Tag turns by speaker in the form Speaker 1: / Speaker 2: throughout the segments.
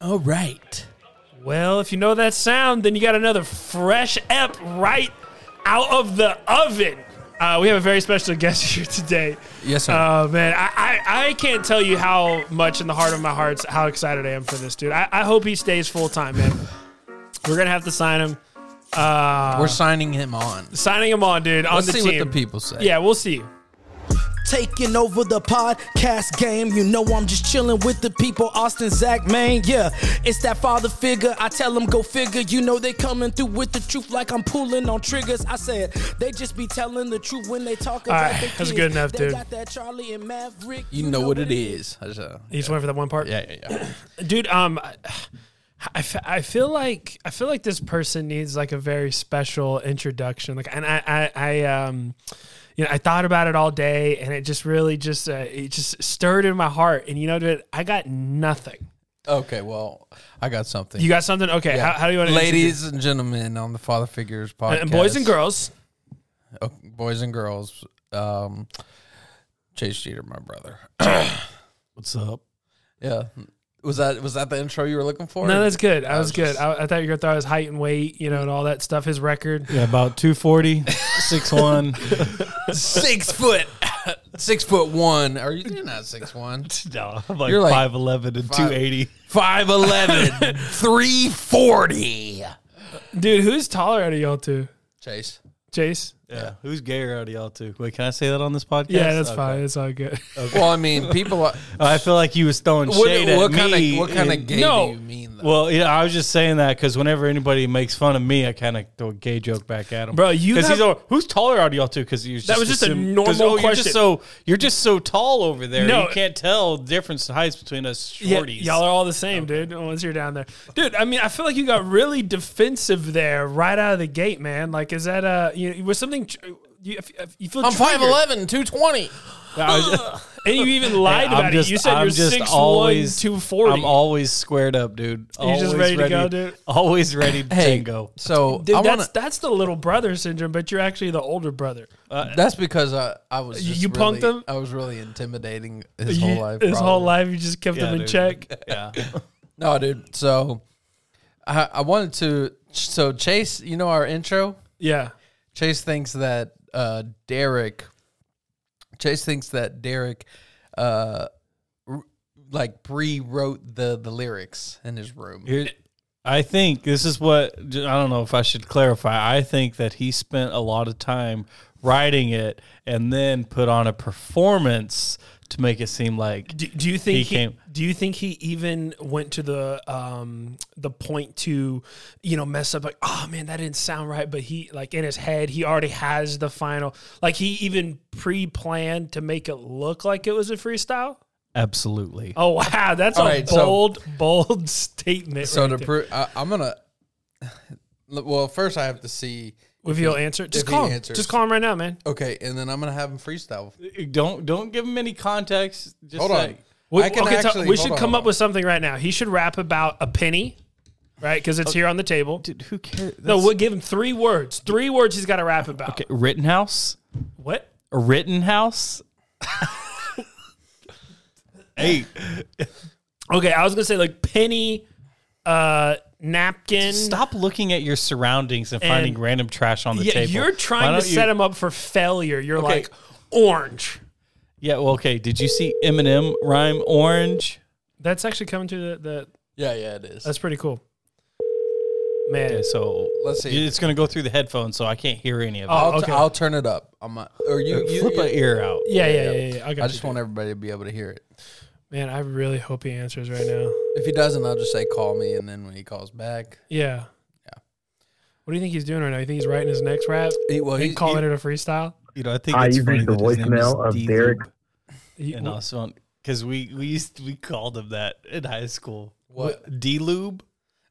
Speaker 1: All right.
Speaker 2: Well, if you know that sound, then you got another fresh ep right out of the oven. Uh, we have a very special guest here today.
Speaker 1: Yes, sir.
Speaker 2: Oh man, I, I, I can't tell you how much in the heart of my hearts how excited I am for this dude. I, I hope he stays full time, man. We're gonna have to sign him. Uh,
Speaker 1: We're signing him on.
Speaker 2: Signing him on, dude. On
Speaker 1: Let's
Speaker 2: the
Speaker 1: see
Speaker 2: team.
Speaker 1: what the people say.
Speaker 2: Yeah, we'll see.
Speaker 3: Taking over the podcast game. You know I'm just chilling with the people. Austin, Zach, man, yeah. It's that father figure. I tell them go figure. You know they coming through with the truth like I'm pulling on triggers. I said they just be telling the truth when they talk about
Speaker 2: right,
Speaker 3: their
Speaker 2: that's
Speaker 3: kids.
Speaker 2: good enough,
Speaker 3: They
Speaker 2: dude.
Speaker 3: got that Charlie and Maverick.
Speaker 1: You know what it is. I just, uh,
Speaker 2: You just went for that one part.
Speaker 1: yeah, yeah, yeah.
Speaker 2: dude um I- I, f- I feel like i feel like this person needs like a very special introduction like and i i, I um you know i thought about it all day and it just really just uh, it just stirred in my heart and you know dude, i got nothing
Speaker 1: Okay, well, I got something.
Speaker 2: you got something okay how, how do you want to
Speaker 1: Ladies and gentlemen on the Father Figures podcast.
Speaker 2: and boys and girls
Speaker 1: Oh, boys and girls. Um, Chase Jeter, my brother.
Speaker 3: What's up?
Speaker 1: Yeah. Was that was that the intro you were looking for?
Speaker 2: no that's good i was,
Speaker 1: was
Speaker 2: good
Speaker 1: just-
Speaker 2: I, I thought you were gonna throw his height and weight you know and all that stuff his record
Speaker 4: Yeah, about 240, 6'1.
Speaker 1: six foot, six foot one. Are you you're not six one?
Speaker 4: no, I'm like,
Speaker 1: You're like
Speaker 4: 5'11 and 280.
Speaker 1: 5'11", 340.
Speaker 2: dude who's taller out of y'all two
Speaker 1: Chase.
Speaker 2: chase
Speaker 4: Yeah. Who's gayer out of y'all two? Wait, can I say that on this podcast?
Speaker 2: yeah that's
Speaker 4: Okay. Oh,
Speaker 2: fine it's all good
Speaker 1: Well, I mean, people. Are,
Speaker 4: I feel like he was throwing
Speaker 1: what
Speaker 4: shade at
Speaker 1: what kind
Speaker 4: me.
Speaker 1: of what kind
Speaker 4: and-
Speaker 1: of gay
Speaker 2: No.
Speaker 1: do you mean? Though?
Speaker 4: Well, yeah, I was just saying that because whenever anybody makes fun of me, I kind of throw a gay joke back at him.
Speaker 2: Bro, you
Speaker 4: because he's
Speaker 2: have-
Speaker 4: all, who's taller out of y'all two? Because you
Speaker 2: That was just a normal
Speaker 4: oh, You're
Speaker 2: question.
Speaker 4: just so you're just so tall over there.
Speaker 2: No.
Speaker 4: you can't tell difference in heights between us shorties.
Speaker 2: y'all are all the same, dude. Once you're down there, dude. I mean, I feel like you got really defensive there right out of the gate, man. Like, is that uh, you was something? tr- You, if- if you feel
Speaker 1: I'm
Speaker 2: triggered.
Speaker 1: 5'11", 220.
Speaker 4: I was-
Speaker 2: and you even lied
Speaker 4: Hey,
Speaker 2: about it. you said
Speaker 4: I'm
Speaker 2: you're
Speaker 4: just
Speaker 2: six
Speaker 4: always-
Speaker 2: one, two forty.
Speaker 4: I'm always squared up, dude.
Speaker 2: You
Speaker 4: Always
Speaker 2: just ready to go, dude?
Speaker 4: Always ready to
Speaker 1: Hey,
Speaker 4: tango.
Speaker 1: so
Speaker 2: dude,
Speaker 1: I
Speaker 2: that's
Speaker 1: want to.
Speaker 2: that's the little brother syndrome, but you're actually the older brother.
Speaker 1: That's because I, I was
Speaker 2: You-
Speaker 1: just
Speaker 2: uh, you
Speaker 1: really-
Speaker 2: punked him?
Speaker 1: I was really intimidating his
Speaker 2: You-
Speaker 1: whole life.
Speaker 2: his whole
Speaker 1: probably.
Speaker 2: life, you just kept him in
Speaker 4: dude.
Speaker 2: check.
Speaker 4: Yeah.
Speaker 1: No, dude. So I, I wanted to. So Chase, you know our intro.
Speaker 2: Yeah,
Speaker 1: Chase thinks that uh, Derek. Chase thinks that Derek, uh, r- like pre-wrote the the lyrics in his room.
Speaker 4: Here, I think this is what I don't know if I should clarify. I think that he spent a lot of time writing it and then put on a performance to make it seem like
Speaker 2: Do, do you think he,
Speaker 4: He came-
Speaker 2: do you think he even went to the um the point to you know mess up like oh man that didn't sound right but he like in his head he already has the final like he even pre-planned to make it look like it was a freestyle
Speaker 4: absolutely.
Speaker 2: oh wow that's a
Speaker 1: All right, so-
Speaker 2: bold bold statement
Speaker 1: so
Speaker 2: right
Speaker 1: to
Speaker 2: there.
Speaker 1: prove, I'm gonna. Well, first I have to see.
Speaker 2: if he'll answer just
Speaker 1: if he
Speaker 2: call him
Speaker 1: answers.
Speaker 2: just call him right now man
Speaker 1: Okay, and then I'm gonna have him freestyle.
Speaker 4: Don't don't give him any context. Just
Speaker 1: Hold
Speaker 4: like,
Speaker 1: on.
Speaker 2: we,
Speaker 1: I can
Speaker 2: okay, so
Speaker 1: actually-
Speaker 2: we
Speaker 1: hold
Speaker 2: should
Speaker 1: on,
Speaker 2: come
Speaker 1: hold
Speaker 2: up with something right now he should rap about a penny right because it's here on the table
Speaker 4: Dude, who cares?
Speaker 2: no
Speaker 4: That's-
Speaker 2: we'll give him three words three words he's got to rap about
Speaker 4: okay, Rittenhouse.
Speaker 2: what
Speaker 4: Rittenhouse. hey,
Speaker 2: Okay, I was gonna say like penny, uh, napkin.
Speaker 4: stop looking at your surroundings and, finding random trash on the
Speaker 2: Yeah,
Speaker 4: table.
Speaker 2: you're
Speaker 4: Why
Speaker 2: trying
Speaker 4: don't
Speaker 2: to
Speaker 4: you-
Speaker 2: set him up for failure. You're
Speaker 4: Okay.
Speaker 2: like orange.
Speaker 4: Yeah, well, okay. Did you see Eminem rhyme orange?
Speaker 2: That's actually coming to the, the.
Speaker 1: Yeah, yeah, it is.
Speaker 2: That's pretty cool, man.
Speaker 4: Okay, so
Speaker 1: Let's see.
Speaker 4: It's going to go through the headphones, so I can't hear any of it.
Speaker 2: Oh,
Speaker 1: I'll,
Speaker 2: okay.
Speaker 1: t- I'll turn it up. I'm not, or you, you,
Speaker 4: Flip
Speaker 1: you-
Speaker 4: an ear out.
Speaker 2: yeah, yeah, yeah, yeah, yeah. I got
Speaker 1: I
Speaker 2: you.
Speaker 1: just want everybody to be able to hear it.
Speaker 2: man, I really hope he answers right now.
Speaker 1: If he doesn't, I'll just say call me, and then when he calls back,
Speaker 2: Yeah. What do you think he's doing right now? You think he's writing his next rap
Speaker 1: he, well,
Speaker 2: and
Speaker 1: he,
Speaker 2: calling
Speaker 1: he,
Speaker 2: it a freestyle?
Speaker 4: You know, I think
Speaker 5: Ah,
Speaker 4: it's
Speaker 5: you've
Speaker 4: funny
Speaker 5: reached the
Speaker 4: that his name is
Speaker 5: voicemail of
Speaker 4: D-Loop.
Speaker 5: Derek.
Speaker 2: He-
Speaker 4: and uh, also because we we used we called him that in high school.
Speaker 1: What?
Speaker 4: D lube?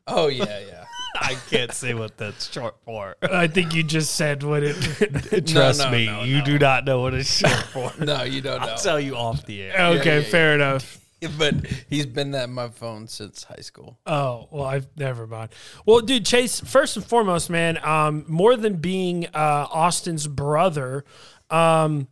Speaker 1: oh yeah, yeah.
Speaker 4: I can't say what that's short for.
Speaker 2: I think you just said what it.
Speaker 4: Trust
Speaker 1: no,
Speaker 4: me,
Speaker 1: no,
Speaker 4: you do not know what it's short for.
Speaker 1: No, you don't know.
Speaker 4: I'll tell you off the air.
Speaker 2: okay,
Speaker 1: yeah, yeah.
Speaker 2: fair enough.
Speaker 1: but he's been that in my phone since high school.
Speaker 2: Oh well, I've never mind. Well, dude, Chase. First and foremost, man, um, more than being uh, Austin's brother, um,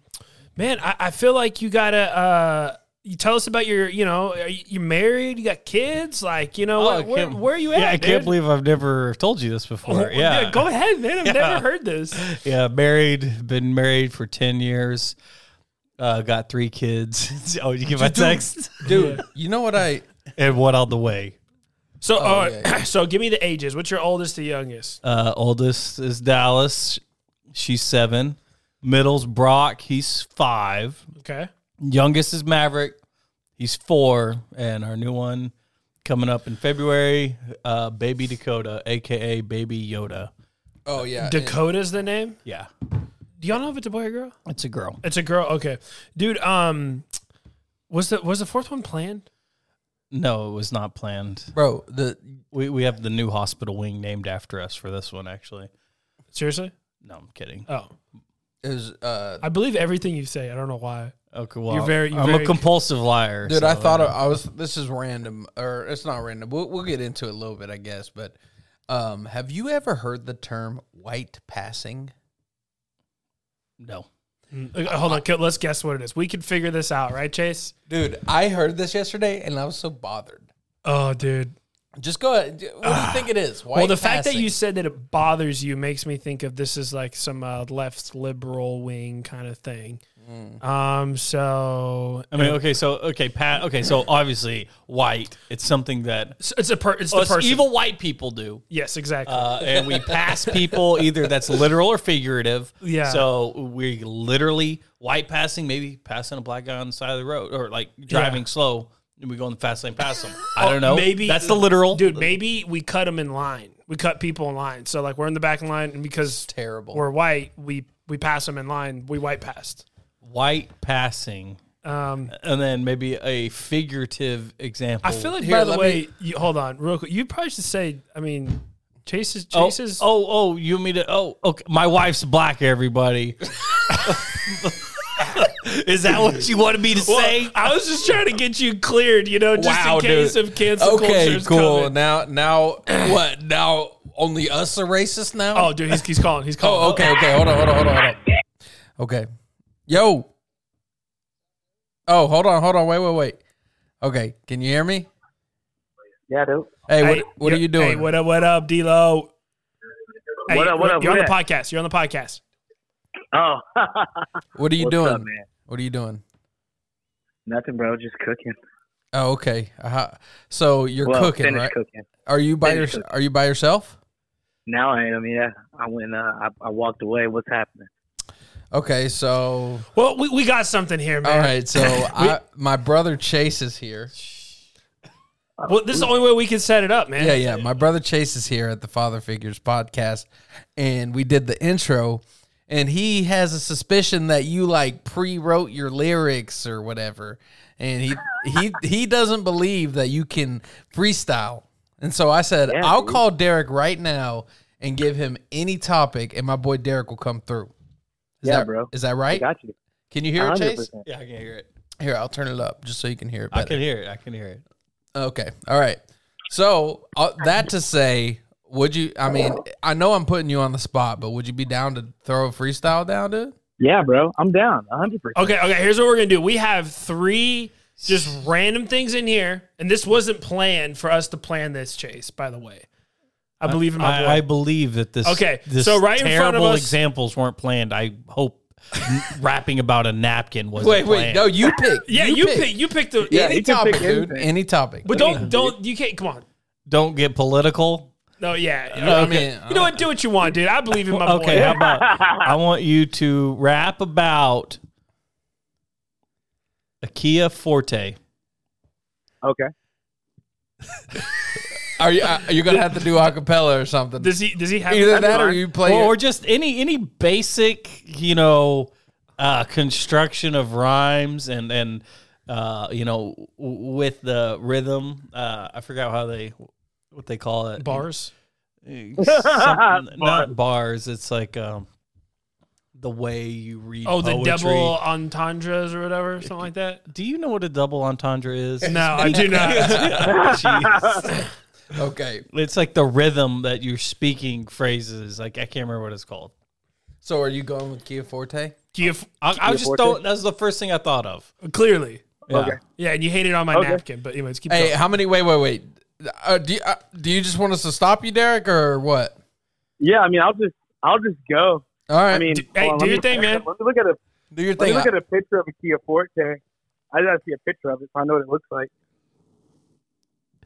Speaker 2: man, I, I feel like you gotta uh, you tell us about your, you know, are you you married? You got kids? Like, you know,
Speaker 4: Oh, I
Speaker 2: what, where,
Speaker 4: can't-
Speaker 2: where are you at?
Speaker 4: Yeah, I
Speaker 2: dude?
Speaker 4: can't believe I've never told you this before. yeah.
Speaker 2: go ahead, man. I've never heard this.
Speaker 4: Yeah, married, been married for 10 years. Uh, got three kids. oh, you get my text?
Speaker 1: dude. You know what I?
Speaker 4: and one on the way.
Speaker 2: So, uh,
Speaker 1: yeah, yeah.
Speaker 2: so give me the ages. What's your oldest to youngest?
Speaker 4: Uh, oldest is Dallas. She's seven. Middle's Brock. He's five.
Speaker 2: Okay.
Speaker 4: Youngest is Maverick. He's four. And our new one coming up in February, uh, Baby Dakota, aka Baby Yoda.
Speaker 1: Oh yeah,
Speaker 2: Dakota's the name.
Speaker 4: Yeah,
Speaker 2: Do y'all know if it's a boy or girl?
Speaker 4: it's a girl.
Speaker 2: It's a girl. Okay, dude. Um, was the was the fourth one planned?
Speaker 4: No, it was not planned.
Speaker 1: bro. The
Speaker 4: We we have the new hospital wing named after us for this one, actually.
Speaker 2: Seriously?
Speaker 4: No, I'm kidding.
Speaker 2: Oh,
Speaker 1: it was uh,
Speaker 2: I believe everything you say. I don't know why.
Speaker 4: Okay, well,
Speaker 2: You're very- you're
Speaker 4: I'm
Speaker 2: very-
Speaker 4: a compulsive liar.
Speaker 1: dude.
Speaker 4: so,
Speaker 1: I thought
Speaker 4: uh,
Speaker 1: I was. This is random, or it's not random. We'll, we'll get into it a little bit, I guess. But um, have you ever heard the term white passing?
Speaker 4: no.
Speaker 2: Okay, uh, Hold on. okay, Let's guess what it is. We can figure this out, right, Chase?
Speaker 1: Dude, I heard this yesterday, and I was so bothered.
Speaker 2: Oh, dude.
Speaker 1: Just go ahead. What do you think it is? White
Speaker 2: well, the fact that
Speaker 1: passing.
Speaker 2: you said that it bothers you makes me think of this is like some uh, left liberal wing kind of thing.
Speaker 1: Mm.
Speaker 2: Um, so
Speaker 4: I mean, okay, so okay, Pat. Okay, so obviously, white. It's something that
Speaker 2: it's, it's a per, it's the
Speaker 4: us
Speaker 2: person.
Speaker 4: Oh, evil white people do,
Speaker 2: Yes, exactly.
Speaker 4: uh, and we pass people either that's literal or figurative.
Speaker 2: Yeah.
Speaker 4: So we literally white passing, maybe passing a black guy on the side of the road, or like driving slow, and we go in the fast lane past them. I don't know.
Speaker 2: Maybe
Speaker 4: that's the literal,
Speaker 2: dude. Maybe we cut them in line. We cut people in line. So like we're in the back line, and because
Speaker 1: Terrible.
Speaker 2: we're white, we we pass them in line. We white passed.
Speaker 4: White passing,
Speaker 2: Um,
Speaker 4: and then maybe a figurative example.
Speaker 2: I feel like
Speaker 1: Here,
Speaker 2: by the
Speaker 1: let
Speaker 2: way, you, hold on real quick. You probably should say. I mean, Chase's
Speaker 4: Oh,
Speaker 2: Chase's.
Speaker 4: oh, oh, you want me to? Oh, okay. My wife's black. Everybody. Is that what you wanted me to say?
Speaker 2: I was just trying to get you cleared, you know, just in case
Speaker 1: dude.
Speaker 2: of cancel culture
Speaker 1: Okay,
Speaker 2: is
Speaker 1: cool.
Speaker 2: coming.
Speaker 1: Now, now, what? Now, only us are racist now.
Speaker 2: Oh, dude, he's, he's calling. He's calling.
Speaker 1: oh, okay, okay. Hold on, hold on, hold on, hold on. Okay, yo. Oh, hold on, hold on. Wait, wait, wait. Okay, can you hear me?
Speaker 5: Yeah, dude.
Speaker 1: Hey,
Speaker 2: Hey,
Speaker 1: what, what are
Speaker 2: yo-
Speaker 1: you
Speaker 2: Hey,
Speaker 1: doing?
Speaker 2: what up? What up, D-Lo? Hey,
Speaker 5: What up, what up,
Speaker 2: You're on
Speaker 5: what
Speaker 2: the podcast. You're on the podcast.
Speaker 5: Oh,
Speaker 1: what are you
Speaker 5: what's
Speaker 1: doing?
Speaker 5: up, man?
Speaker 1: What are you doing?
Speaker 5: Nothing, bro. Just cooking.
Speaker 1: Oh, okay. Uh-huh. So you're
Speaker 5: well,
Speaker 1: cooking,
Speaker 5: finished
Speaker 1: right?
Speaker 5: cooking.
Speaker 1: Are you by your,
Speaker 5: finished
Speaker 1: Are you by yourself?
Speaker 5: Now I am. Yeah, I went. Uh, I, I walked away. What's happening?
Speaker 1: Okay, so
Speaker 2: Well, we, we got something here, man.
Speaker 1: all right, so I, my brother Chase is here.
Speaker 2: Well, this is the only way we can set it up, man.
Speaker 1: Yeah, yeah. My brother Chase is here at the Father Figures podcast, and we did the intro, and he has a suspicion that you like pre-wrote your lyrics or whatever, and he he he doesn't believe that you can freestyle, and so I said
Speaker 5: Yeah,
Speaker 1: I'll
Speaker 5: dude.
Speaker 1: call Derek right now and give him any topic, and my boy Derek will come through. Is
Speaker 5: Yeah,
Speaker 1: that,
Speaker 5: bro.
Speaker 1: Is that
Speaker 5: I
Speaker 1: right?
Speaker 5: got you.
Speaker 1: Can you hear it, Chase?
Speaker 5: 100%.
Speaker 4: yeah, I can hear it.
Speaker 1: Here, I'll turn it up just so you can hear it
Speaker 4: I
Speaker 1: better.
Speaker 4: can hear it. I can hear it.
Speaker 1: Okay. All right. So uh, that to say, would you? I mean, I know I'm putting you on the spot, but would you be down to throw a freestyle down, dude?
Speaker 5: Yeah, bro. I'm down. A hundred percent.
Speaker 2: Okay, okay. Here's what we're gonna do. We have three just random things in here, and this wasn't planned for us to plan this chase. By the way, I believe in my boy.
Speaker 4: I, I believe that this.
Speaker 2: Okay,
Speaker 4: this
Speaker 2: so right in front of
Speaker 4: terrible
Speaker 2: us-
Speaker 4: examples weren't planned. I hope rapping about a napkin was.
Speaker 1: Wait, wait. No, you pick.
Speaker 2: yeah, you, pick. You pick the.
Speaker 1: Yeah,
Speaker 2: Yeah,
Speaker 1: any
Speaker 5: you can
Speaker 1: topic,
Speaker 5: pick
Speaker 1: dude.
Speaker 5: anything.
Speaker 1: Any topic.
Speaker 2: but don't don't you can't. Come on.
Speaker 4: Don't get political.
Speaker 2: No, yeah.
Speaker 1: I
Speaker 2: okay.
Speaker 1: mean,
Speaker 2: you know what? Do what you want, dude. I believe in my boy.
Speaker 4: okay, how about I want you to rap about a Kia Forte.
Speaker 5: Okay.
Speaker 1: Are you are you gonna have to do acapella or something?
Speaker 2: Does he? Does he have
Speaker 1: Either
Speaker 2: I'm
Speaker 1: that or
Speaker 2: sorry.
Speaker 1: you play.
Speaker 4: or, or just any any basic you know uh, construction of rhymes and and uh, you know w- with the rhythm. Uh, I forgot how they what they call it
Speaker 2: bars?
Speaker 4: Something- not bars. It's like um, the way you read.
Speaker 2: Oh, the
Speaker 4: poetry.
Speaker 2: double entendres or whatever, something like that.
Speaker 4: Do you know what a double entendre is?
Speaker 2: No, I do not.
Speaker 4: Jeez.
Speaker 1: okay.
Speaker 4: It's like the rhythm that you're speaking phrases. Like I can't remember what it's called.
Speaker 1: So are you going with Kia Forte?
Speaker 2: Kia, f-
Speaker 4: I, I
Speaker 5: Kia
Speaker 4: just
Speaker 5: Forte?
Speaker 4: don't. That's the first thing I thought of.
Speaker 2: clearly.
Speaker 4: Yeah.
Speaker 5: Okay.
Speaker 2: Yeah, and you hated on my
Speaker 5: Okay.
Speaker 2: napkin, but anyways, keep
Speaker 1: Hey,
Speaker 2: going.
Speaker 1: how many? Wait, wait, wait. Uh, do you, uh, do you just want us to stop you, Derek, or what?
Speaker 5: Yeah, I mean, I'll just I'll just go.
Speaker 1: All right,
Speaker 5: I mean,
Speaker 2: Do- hey,
Speaker 5: hold on,
Speaker 2: do
Speaker 5: let
Speaker 2: your
Speaker 5: me-
Speaker 2: thing, man.
Speaker 5: Let me look at a
Speaker 1: do your
Speaker 5: let me
Speaker 1: thing.
Speaker 5: look at a picture of a Kia Forte. I gotta see a picture of it so I know what it looks like.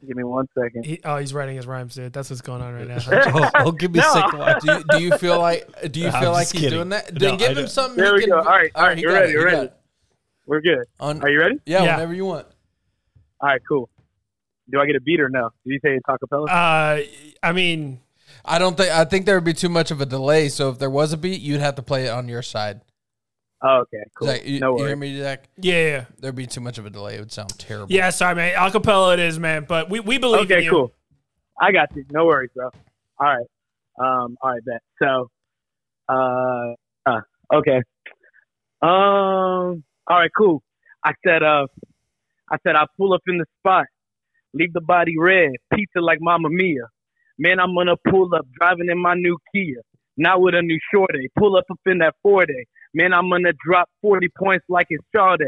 Speaker 5: Give me one second.
Speaker 2: He, oh, he's writing his rhymes, dude. That's what's going on right now.
Speaker 4: oh, oh, give me
Speaker 5: No.
Speaker 4: a second one.
Speaker 1: do, you, do you feel like do you
Speaker 4: I'm
Speaker 1: feel like
Speaker 4: just
Speaker 1: he's
Speaker 4: kidding.
Speaker 1: doing that?
Speaker 4: No,
Speaker 1: Then
Speaker 4: I
Speaker 1: give him
Speaker 4: don't.
Speaker 1: something. he
Speaker 5: There we
Speaker 1: can-
Speaker 5: go. All right, all right,
Speaker 1: he
Speaker 5: you're
Speaker 1: got
Speaker 5: ready,
Speaker 1: it,
Speaker 5: you're
Speaker 1: he got
Speaker 5: ready.
Speaker 1: it.
Speaker 5: We're good.
Speaker 1: On,
Speaker 5: Are you ready?
Speaker 1: yeah,
Speaker 2: Yeah.
Speaker 1: whenever you want.
Speaker 5: All right, cool. Do I get a beat or no? Did you say it's Taco Bell?
Speaker 2: Uh, I mean,
Speaker 1: I don't think I think there would be too much of a delay. So if there was a beat, you'd have to play it on your side.
Speaker 5: oh, okay, cool.
Speaker 1: Zach, you,
Speaker 5: no
Speaker 1: you hear
Speaker 5: worries.
Speaker 1: me, Zach?
Speaker 2: yeah, yeah,
Speaker 1: There'd be too much of a delay. It would sound terrible.
Speaker 2: yeah. Sorry, man. Acapella it is, man. But we, we believe in
Speaker 5: Okay,
Speaker 2: you.
Speaker 5: cool. I got you. No worries, bro. All right. Um, all right, bet. So, uh, uh, okay. Um, all right, cool. I said, uh, I said, I pull up in the spot, leave the body red, pizza like Mamma Mia. Man, I'm gonna pull up, driving in my new Kia, not with a new shorty. Pull up up in that four day. Man, I'm gonna drop 40 points like it's Sade.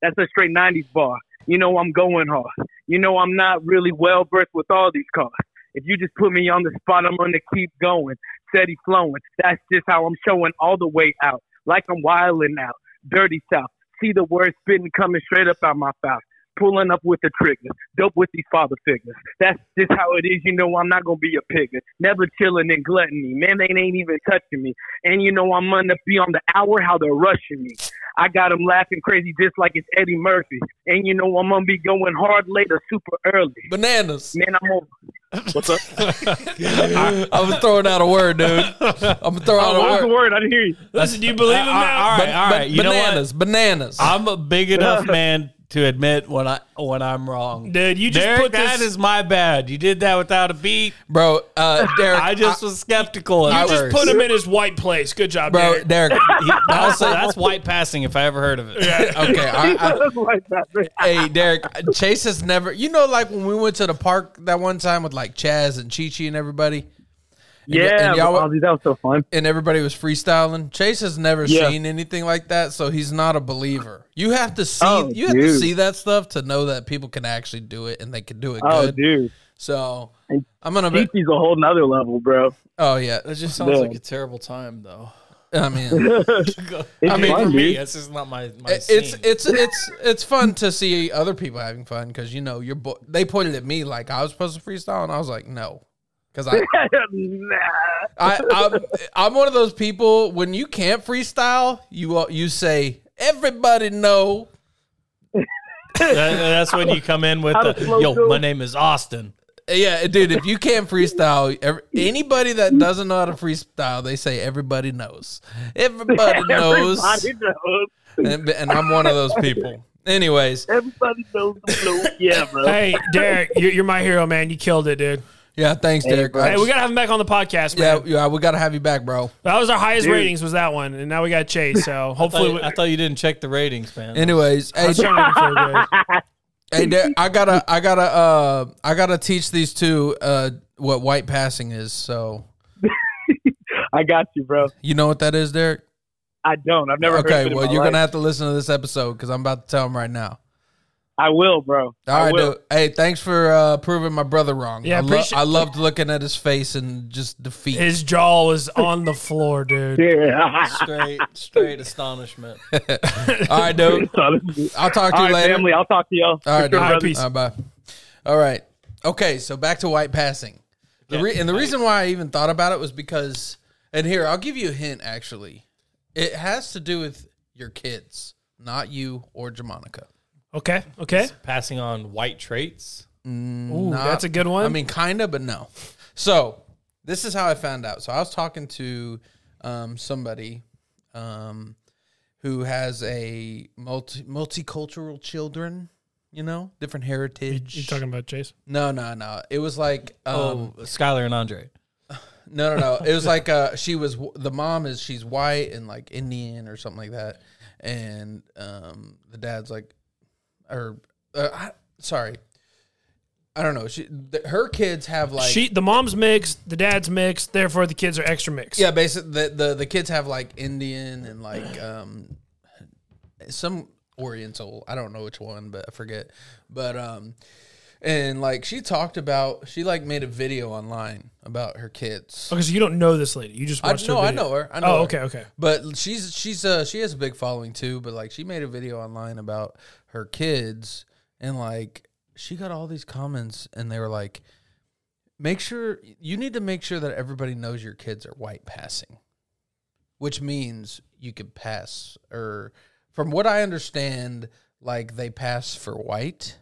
Speaker 5: That's a straight 90s bar. You know I'm going hard you know I'm not really well versed with all these cars. If you just put me on the spot, I'm gonna keep going, steady flowing. That's just how I'm showing all the way out, like I'm wilding out, dirty south. See the word spitting coming straight up out my mouth, pulling up with the triggers, dope with these father figures. That's just how it is. You know I'm not gonna be a pigger, never chilling in gluttony. Man, they ain't even touching me, and you know I'm gonna be on the hour how they're rushing me. I got him laughing crazy just like it's Eddie Murphy. And you know I'm gonna be going hard later, super early.
Speaker 1: Bananas.
Speaker 5: Man, I'm over. What's up?
Speaker 1: I, I was throwing out a word, dude. I'm throwing
Speaker 5: Oh, what was
Speaker 1: out a
Speaker 5: the
Speaker 1: word.
Speaker 5: word? I didn't hear you.
Speaker 2: Listen, do you believe him
Speaker 4: Uh,
Speaker 2: now?
Speaker 4: all right, all
Speaker 1: Ba-
Speaker 4: right. You know what?
Speaker 1: bananas. Bananas.
Speaker 4: I'm a big enough man to admit when I when I'm wrong.
Speaker 2: Dude, you just
Speaker 4: Derek,
Speaker 2: put this-
Speaker 4: that is my bad. You did that without a beat.
Speaker 1: bro, uh, Derek.
Speaker 4: I just was skeptical. at
Speaker 1: You just
Speaker 4: first.
Speaker 2: Put him in his white place. Good job,
Speaker 1: bro,
Speaker 2: Derek.
Speaker 1: Derek.
Speaker 4: He- also, that's white passing if I ever heard of it.
Speaker 1: Okay, I, I,
Speaker 5: That's like that, man.
Speaker 1: hey Derek, Chase has never. You know, like when we went to the park that one time with like Chaz and Chi Chi and everybody,
Speaker 5: Yeah,
Speaker 1: and y'all-
Speaker 5: Ozzy, that was so fun.
Speaker 1: and everybody was freestyling. Chase has never
Speaker 5: Yeah.
Speaker 1: seen anything like that, so he's not a believer. You have to see,
Speaker 5: Oh,
Speaker 1: you have to
Speaker 5: dude.
Speaker 1: see that stuff to know that people can actually do it and they can do it
Speaker 5: Oh,
Speaker 1: good.
Speaker 5: dude,
Speaker 1: So
Speaker 5: And
Speaker 1: I'm gonna. Be,
Speaker 5: Geechee's a whole nother level, bro.
Speaker 1: oh yeah,
Speaker 4: That just
Speaker 5: sounds like a
Speaker 4: terrible time, though.
Speaker 1: I mean,
Speaker 5: It's
Speaker 1: I mean,
Speaker 5: fun,
Speaker 1: for
Speaker 5: dude.
Speaker 4: that's just not my, my
Speaker 1: it's it's it's it's fun to see other people having fun because you know you're. Bo- they pointed at me like I was supposed to freestyle, and I was like, no, because I
Speaker 5: Nah.
Speaker 1: I, I'm, I'm one of those people when you can't freestyle, you uh, you say everybody know.
Speaker 4: that's when you come in with
Speaker 5: How to
Speaker 4: the,
Speaker 5: flow
Speaker 4: yo,
Speaker 5: through.
Speaker 4: my name is Austin.
Speaker 1: Yeah, dude, if you can't freestyle, every, anybody that doesn't know how to freestyle, they say everybody knows. Everybody knows,
Speaker 5: Everybody knows.
Speaker 1: and, and I'm one of those people. Anyways,
Speaker 5: Everybody knows the blue. Yeah, bro.
Speaker 2: hey, Derek, you're, you're my hero, man. You killed it, dude.
Speaker 1: yeah, thanks, Derek.
Speaker 5: bro.
Speaker 1: I
Speaker 2: Hey, we
Speaker 1: just-
Speaker 2: gotta have him back on the podcast, man.
Speaker 1: yeah, yeah, we got to have you back, bro.
Speaker 2: That was our highest
Speaker 5: Dude.
Speaker 2: ratings, was that one, and now we got Chase. So
Speaker 4: I thought,
Speaker 2: hopefully,
Speaker 4: you- I
Speaker 2: we-
Speaker 4: thought you didn't check the ratings, man.
Speaker 1: Anyways, hey,
Speaker 2: That's trying to make him feel good.
Speaker 1: hey, Derek, I gotta, I gotta, uh, I gotta teach these two uh, what white passing is. So
Speaker 5: I got you, bro.
Speaker 1: you know what that is, Derek?
Speaker 5: I don't. I've never heard of
Speaker 1: Okay,
Speaker 5: it in
Speaker 1: well,
Speaker 5: my
Speaker 1: you're
Speaker 5: life.
Speaker 1: gonna have to listen to this episode because I'm about to tell him right now.
Speaker 5: I will, bro.
Speaker 1: All
Speaker 5: I
Speaker 1: right,
Speaker 5: will.
Speaker 1: dude. Hey, thanks for uh, proving my brother wrong.
Speaker 2: Yeah,
Speaker 1: I, lo-
Speaker 2: appreciate-
Speaker 1: I loved looking at his face and just defeat.
Speaker 2: His jaw was on the floor, dude.
Speaker 5: Yeah.
Speaker 4: straight, straight astonishment.
Speaker 1: All right, dude. I'll talk to
Speaker 5: All
Speaker 1: you
Speaker 5: right,
Speaker 1: later.
Speaker 5: family. I'll talk to y'all.
Speaker 1: All right, dude.
Speaker 2: All right, peace.
Speaker 1: All right, bye. All right. Okay, so back to white passing. The re- and the reason why I even thought about it was because, and here I'll give you a hint. Actually, it has to do with your kids, not you or Jamonica.
Speaker 2: Okay, okay.
Speaker 4: Passing on white traits.
Speaker 2: Ooh,
Speaker 1: Not-
Speaker 2: that's a good one.
Speaker 1: I mean, kind of, but no. So this is how I found out. So I was talking to um, somebody um, who has a multi multicultural children. You know, different heritage.
Speaker 2: you talking about Chase?
Speaker 1: no, no, no. It was like um,
Speaker 4: oh, Skylar and Andre.
Speaker 1: no, no, no. It was like uh, she was the mom is she's white and like Indian or something like that, and um, the dad's like, or uh, I, sorry, I don't know. She th- her kids have like
Speaker 2: she, the mom's mixed, the dad's mixed, therefore the kids are extra mixed.
Speaker 1: yeah, basically the, the the kids have like Indian and like um some Oriental. I don't know which one, but I forget. But um, and like she talked about, she like made a video online about her kids.
Speaker 2: Okay, so you don't know this lady. You just
Speaker 1: I
Speaker 2: watched her.
Speaker 1: know, I
Speaker 2: video.
Speaker 1: know her. I know.
Speaker 2: Oh,
Speaker 1: her.
Speaker 2: okay, okay.
Speaker 1: But she's she's uh she has a big following too. But like she made a video online about her kids, and like she got all these comments, and they were like, "Make sure you need to make sure that everybody knows your kids are white passing," which means you could pass. Or from what I understand, like they pass for white.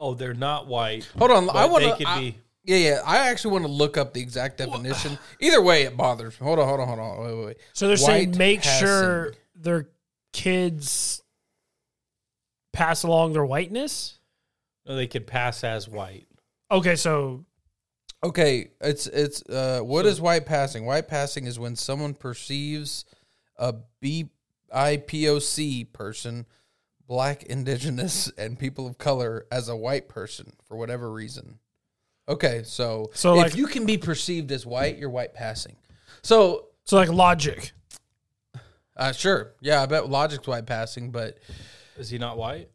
Speaker 4: Oh, they're not white.
Speaker 1: Hold on,
Speaker 4: but
Speaker 1: I want
Speaker 4: They could
Speaker 1: to.
Speaker 4: be.
Speaker 1: Yeah, yeah. I actually want to look up the exact definition. Either way, it bothers me. Hold on, hold on, hold on. Wait, wait, wait.
Speaker 2: So they're saying
Speaker 1: White
Speaker 2: make
Speaker 1: passing.
Speaker 2: sure their kids pass along their whiteness.
Speaker 4: no, they could pass as white.
Speaker 2: Okay, so
Speaker 1: Okay, it's it's uh what is white passing? White passing is when someone perceives a BIPOC person, black, indigenous, and people of color as a white person for whatever reason. Okay, so
Speaker 2: So,
Speaker 1: if
Speaker 2: like-
Speaker 1: you can be perceived as white, you're white passing. So
Speaker 2: so like logic.
Speaker 1: uh sure, yeah, I bet logic's white passing, but
Speaker 4: Is he not white?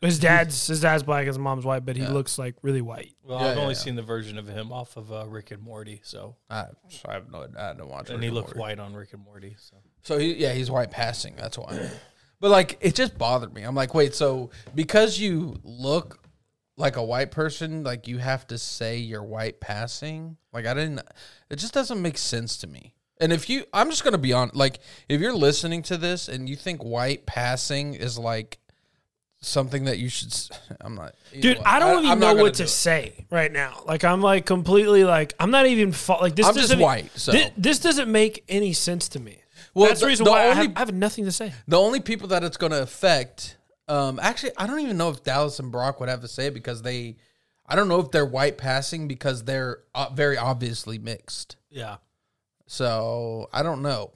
Speaker 2: His dad's his dad's black, his mom's white, but he looks like really white.
Speaker 4: Well,
Speaker 1: Yeah,
Speaker 4: I've
Speaker 1: yeah,
Speaker 4: only
Speaker 1: yeah.
Speaker 4: seen the version of him off of uh, Rick and Morty. So,
Speaker 1: I uh, I have no I don't watch.
Speaker 4: and
Speaker 1: Rick
Speaker 4: he looked
Speaker 1: Morty.
Speaker 4: white on Rick and Morty. So,
Speaker 1: So he, yeah, he's white passing. That's why. But like, it just bothered me. I'm like, wait, so because you look like a white person, like you have to say you're white passing. Like I didn't. It just doesn't make sense to me. And if you, I'm just gonna be on. Like if you're listening to this and you think white passing is like something that you should, s- I'm not.
Speaker 2: Dude, I don't even know what to
Speaker 1: say.
Speaker 2: say right now. Like I'm like completely like I'm not even fa- like this.
Speaker 1: I'm just
Speaker 2: doesn't
Speaker 1: white, so-
Speaker 2: thi- this, doesn't make any sense to me.
Speaker 1: Well,
Speaker 2: Well, that's the,
Speaker 1: the-
Speaker 2: reason
Speaker 1: the
Speaker 2: why I,
Speaker 1: only-
Speaker 2: have, I have nothing to say.
Speaker 1: The only people that it's going to affect, um, actually, I don't even know if Dallas and Brock would have to say it because they, I don't know if they're white passing because they're uh, very obviously mixed.
Speaker 4: yeah.
Speaker 1: So I don't know.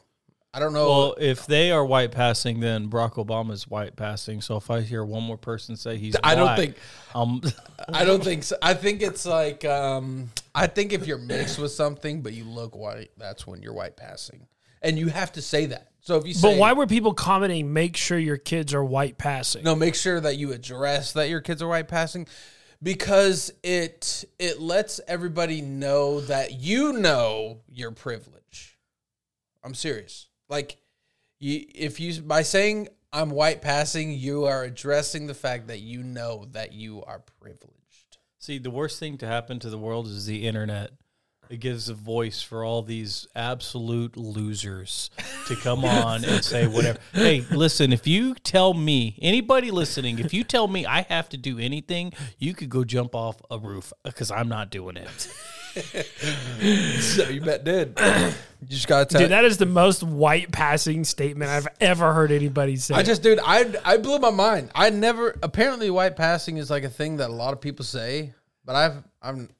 Speaker 1: I don't know.
Speaker 4: Well, if they are white passing, then Barack Obama's white passing. So if I hear one more person say he's,
Speaker 1: I don't
Speaker 4: black,
Speaker 1: think-
Speaker 4: um,
Speaker 1: I don't think so. I think it's like, um, I think if you're mixed with something but you look white, that's when you're white passing, and you have to say that. So if you say,
Speaker 2: But why were people commenting? Make sure your kids are white passing.
Speaker 1: No, make sure that you address that your kids are white passing because it it lets everybody know that you know your privilege. I'm serious. Like you if you by saying I'm white passing, you are addressing the fact that you know that you are privileged.
Speaker 4: see, the worst thing to happen to the world is the internet. It gives a voice for all these absolute losers to come on and say whatever. Hey, listen, if you tell me, anybody listening, if you tell me I have to do anything, you could go jump off a roof because I'm not doing it.
Speaker 1: So you bet did. you just got to
Speaker 2: Dude, that is the most white passing statement I've ever heard anybody say.
Speaker 1: I just, dude, I I blew my mind. I never. Apparently, white passing is like a thing that a lot of people say, but I've I'm,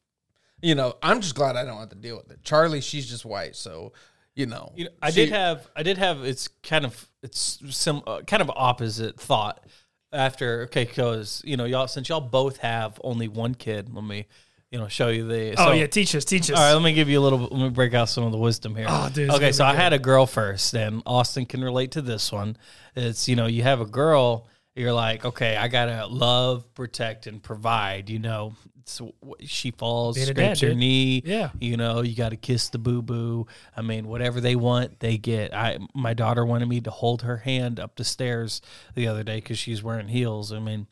Speaker 1: you know, I'm just glad I don't have to deal with it. Charlie, she's just white, so you know.
Speaker 4: You know, I
Speaker 1: she-
Speaker 4: did have, I did have. It's kind of, it's some uh, kind of opposite thought after. Okay, because you know, y'all since y'all both have only one kid, let me, you know, show you the.
Speaker 2: oh
Speaker 4: so-
Speaker 2: yeah, teach us, teach us.
Speaker 4: All right, let me give you a little. Let me break out some of the wisdom here.
Speaker 2: Oh, dude, it's
Speaker 4: okay,
Speaker 2: gonna
Speaker 4: so
Speaker 2: be
Speaker 4: I had a girl first, and Austin can relate to this one. It's you know, you have a girl, you're like, okay, I gotta love, protect, and provide. You know, so she falls,
Speaker 2: Being a
Speaker 4: scrapes
Speaker 2: dad,
Speaker 4: her
Speaker 2: dude.
Speaker 4: knee.
Speaker 2: Yeah.
Speaker 4: you know, you gotta kiss the boo boo. I mean, whatever they want, they get. I my daughter wanted me to hold her hand up the stairs the other day because she's wearing heels. I mean.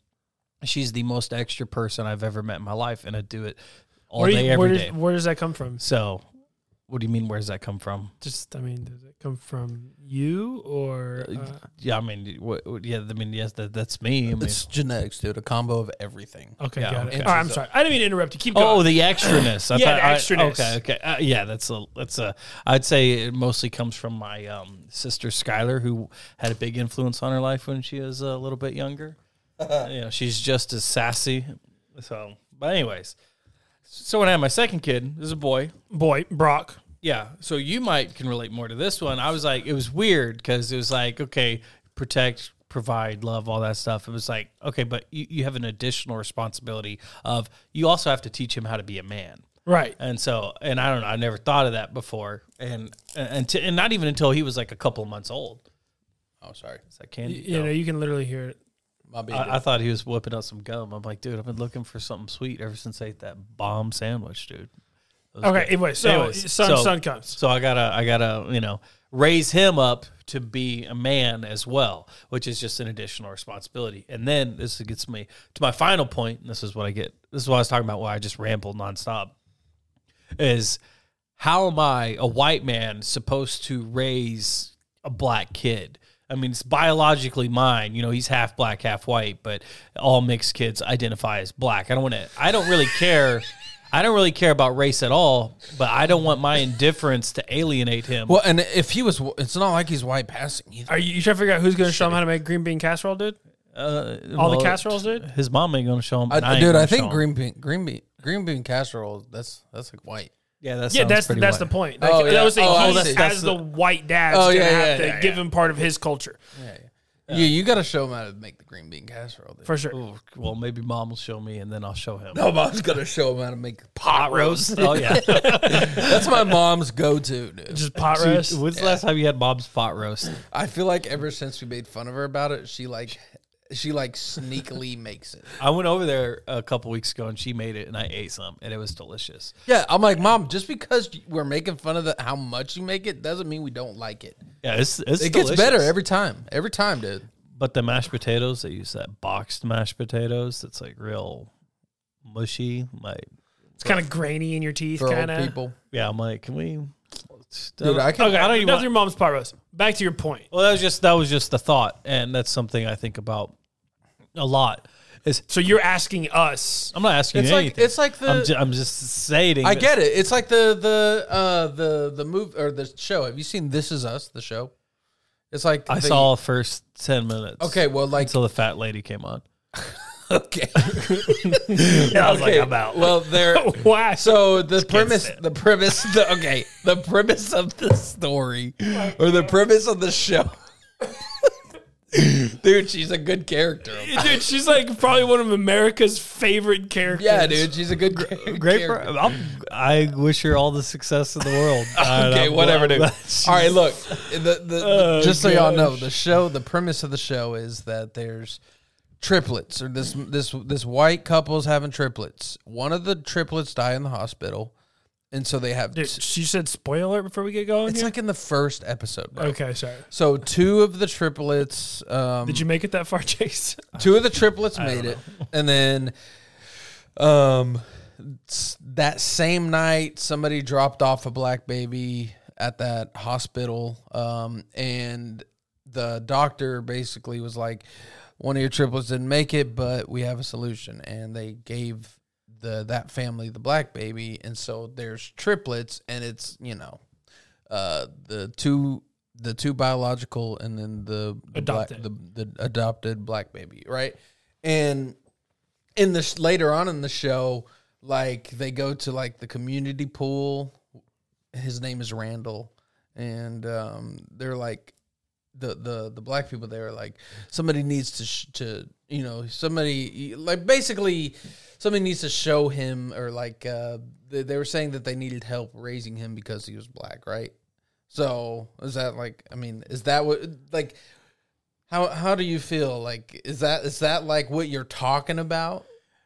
Speaker 4: She's the most extra person I've ever met in my life, and I do it all
Speaker 2: where, do
Speaker 4: day,
Speaker 2: you-
Speaker 4: every day.
Speaker 2: where does, where does that come from?
Speaker 4: So, what do you mean? Where does that come from?
Speaker 2: Just, I mean, does it come from you or? uh,
Speaker 4: Yeah, I mean, what, what- yeah, I mean, yes, that, that's me. I mean-
Speaker 1: It's genetics, dude. A combo of everything.
Speaker 2: Okay,
Speaker 4: Yeah,
Speaker 2: got
Speaker 4: okay.
Speaker 2: it. All right, I'm sorry. I didn't mean to interrupt you. Keep going.
Speaker 4: oh, the extraness. I
Speaker 2: Yeah,
Speaker 4: thought
Speaker 2: the
Speaker 4: I-
Speaker 2: extraness.
Speaker 4: okay, okay, uh, yeah, that's a that's a. I'd say it mostly comes from my um, sister Skylar, who had a big influence on her life when she was a little bit younger. you know, she's just as sassy. So, but anyways, so when I had my second kid, this is a boy.
Speaker 2: boy, Brock.
Speaker 4: Yeah. So you might can relate more to this one. I was like, it was weird because it was like, okay, protect, provide, love, all that stuff. It was like, okay, but you, you have an additional responsibility of you also have to teach him how to be a man.
Speaker 2: Right.
Speaker 4: And so, and I don't know, I never thought of that before. And, and, and, t- and not even until he was like a couple months old.
Speaker 1: Oh, sorry.
Speaker 4: Is that
Speaker 2: You,
Speaker 4: candy?
Speaker 2: you
Speaker 4: No.
Speaker 2: know, you can literally hear it.
Speaker 1: My bad.
Speaker 4: I, I thought he was whipping out some gum. I'm like, dude, I've been looking for something sweet ever since I ate that bomb sandwich, dude. It was
Speaker 2: Okay,
Speaker 4: good.
Speaker 2: anyway, so uh,
Speaker 4: Anyways,
Speaker 2: sun
Speaker 4: so-
Speaker 2: sun comes.
Speaker 4: So I gotta, I gotta, you know, raise him up to be a man as well, which is just an additional responsibility. And then this gets me to my final point. And this is what I get. This is what I was talking about. Why I just rambled nonstop is how am I, a white man, supposed to raise a black kid? I mean, it's biologically mine. You know, he's half black, half white, but all mixed kids identify as black. I don't want to. I don't really care. I don't really care about race at all, but I don't want my indifference to alienate him.
Speaker 1: well, and if he was, it's not like he's white passing either.
Speaker 2: Are you, you trying to figure out who's going to show him how to make green bean casserole, dude?
Speaker 4: Uh,
Speaker 2: All
Speaker 4: well,
Speaker 2: the casseroles, dude.
Speaker 4: His mom ain't gonna show him. and
Speaker 1: I,
Speaker 4: ain't
Speaker 1: dude,
Speaker 4: gonna
Speaker 1: I think
Speaker 4: show him.
Speaker 1: green bean, green bean, green bean casserole. That's that's like white.
Speaker 4: Yeah, that
Speaker 2: Yeah,
Speaker 4: sounds
Speaker 2: that's
Speaker 4: pretty
Speaker 2: that's
Speaker 4: white.
Speaker 2: the point. Like,
Speaker 1: Oh, yeah.
Speaker 2: I was saying,
Speaker 1: Oh, I
Speaker 2: he's,
Speaker 1: see.
Speaker 2: as
Speaker 1: That's
Speaker 2: the, white dad,
Speaker 1: Oh,
Speaker 2: oh,
Speaker 1: yeah,
Speaker 2: yeah,
Speaker 1: yeah,
Speaker 2: have to
Speaker 1: yeah,
Speaker 2: give him part of his culture
Speaker 1: Yeah, yeah. yeah you got to show him how to make the green bean casserole. Dude.
Speaker 2: for sure.
Speaker 4: Ooh, well, maybe mom will show me, and then I'll show him.
Speaker 1: No, mom's gonna show him how to make pot roast.
Speaker 4: Oh yeah.
Speaker 1: That's my mom's go-to, dude.
Speaker 2: Just pot
Speaker 4: Dude,
Speaker 2: roast.
Speaker 4: When's the last time you had mom's pot roast?
Speaker 1: I feel like ever since we made fun of her about it, she like she like sneakily makes it.
Speaker 4: I went over there a couple weeks ago and she made it and I ate some and it was delicious.
Speaker 1: Yeah, I'm like, mom, just because we're making fun of the how much you make it doesn't mean we don't like it.
Speaker 4: Yeah, it's it's
Speaker 1: It gets better every time. Every time, dude.
Speaker 4: But the mashed potatoes, they use that boxed mashed potatoes that's like real mushy. Like,
Speaker 2: It's kind of grainy in your teeth,
Speaker 1: For
Speaker 2: kind
Speaker 1: old
Speaker 2: of.
Speaker 1: people.
Speaker 4: yeah, I'm like, can we?
Speaker 1: Dude, I can
Speaker 2: Okay, I
Speaker 4: don't
Speaker 2: don't
Speaker 4: even
Speaker 2: even. That's
Speaker 4: want-
Speaker 2: your mom's pot roast. Back to your point.
Speaker 4: Well, that was just that was just the thought, and that's something I think about a lot. Is
Speaker 2: So you're asking us.
Speaker 4: I'm not asking
Speaker 1: It's
Speaker 4: you
Speaker 1: like-
Speaker 4: anything.
Speaker 1: it's like the-
Speaker 4: I'm, ju- I'm just stating.
Speaker 1: I
Speaker 4: that-
Speaker 1: get it. It's like the the uh the the move or the show. Have you seen This Is Us, the show? It's like
Speaker 4: I
Speaker 1: the-
Speaker 4: saw first ten minutes.
Speaker 1: Okay, well like
Speaker 4: until the fat lady came on.
Speaker 1: okay.
Speaker 4: Yeah, I was
Speaker 1: Okay,
Speaker 4: like, I'm out.
Speaker 1: Well, they're
Speaker 2: Why?
Speaker 1: So the premise, the premise, the, okay, the premise of the story or the premise of the show. Dude, she's a good character.
Speaker 2: dude, she's like probably one of America's favorite characters.
Speaker 1: Yeah, dude, she's a good char-
Speaker 4: Great. For,
Speaker 1: character.
Speaker 4: I'm, I wish her all the success in the world.
Speaker 1: Okay, whatever, dude.
Speaker 4: do.
Speaker 1: All right, look. The, the,
Speaker 4: Oh,
Speaker 1: just so y'all know, the show, the premise of the show is that there's triplets, or this this this white couple's having triplets. One of the triplets die in the hospital, and so they have.
Speaker 2: Dude, she said spoiler before we get going.
Speaker 1: it's
Speaker 2: here?
Speaker 1: like in the first episode, bro.
Speaker 2: okay, sorry.
Speaker 1: So two of the triplets, um,
Speaker 2: Did you make it that far, Chase?
Speaker 1: two of the triplets made it, and then, um, s- that same night somebody dropped off a black baby at that hospital, um, and the doctor basically was like, "One of your triplets didn't make it, but we have a solution," and they gave the that family the black baby, and so there's triplets, and it's you know uh, the two the two biological and then the the black-
Speaker 2: Adopted.
Speaker 1: the, the adopted black baby right and in this later on in the show like they go to like the community pool his name is randall and um, they're like the, the the black people there are like somebody needs to sh- to you know somebody like basically somebody needs to show him or like uh, they, they were saying that they needed help raising him because he was black right so is that like? I mean, is that what like? How how do you feel? Like, is that is that like what you're talking about?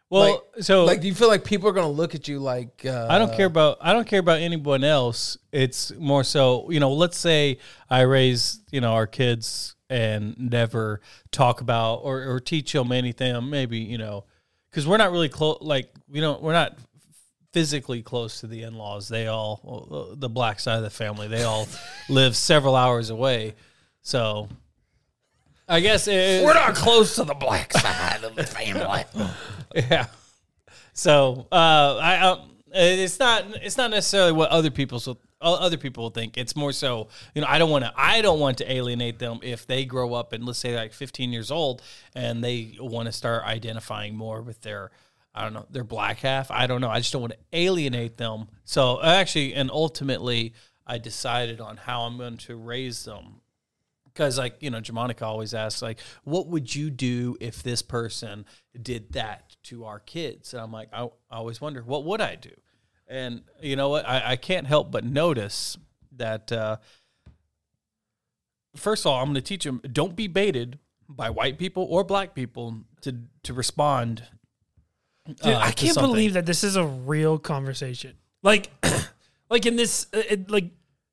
Speaker 4: Well, so
Speaker 1: Like, do you feel like people are gonna look at you like? Uh,
Speaker 4: I don't care about I don't care about anyone else. It's more so, you know, let's say I raise, you know, our kids and never talk about or, or teach them anything, maybe, you know, because we're not really close, like, we don't, we're not physically close to the in laws. They all, the black side of the family, they all live several hours away. So I guess it,
Speaker 1: We're not close to the black side of the family.
Speaker 4: yeah. So uh, I um, it's not it's not necessarily what other people so other people will think. It's more so you know I don't want to I don't want to alienate them if they grow up and let's say like 15 years old and they want to start identifying more with their I don't know their black half. I don't know. I just don't want to alienate them. So actually and ultimately I decided on how I'm going to raise them because like you know Germanica always asks like what would you do if this person did that to our kids and i'm like i, I always wonder what would i do and you know what i, I can't help but notice that uh, first of all, I'm going to teach them don't be baited by white people or black people to to respond. uh,
Speaker 2: Dude, I can't believe that this is a real conversation. Like, like in this, uh, it, like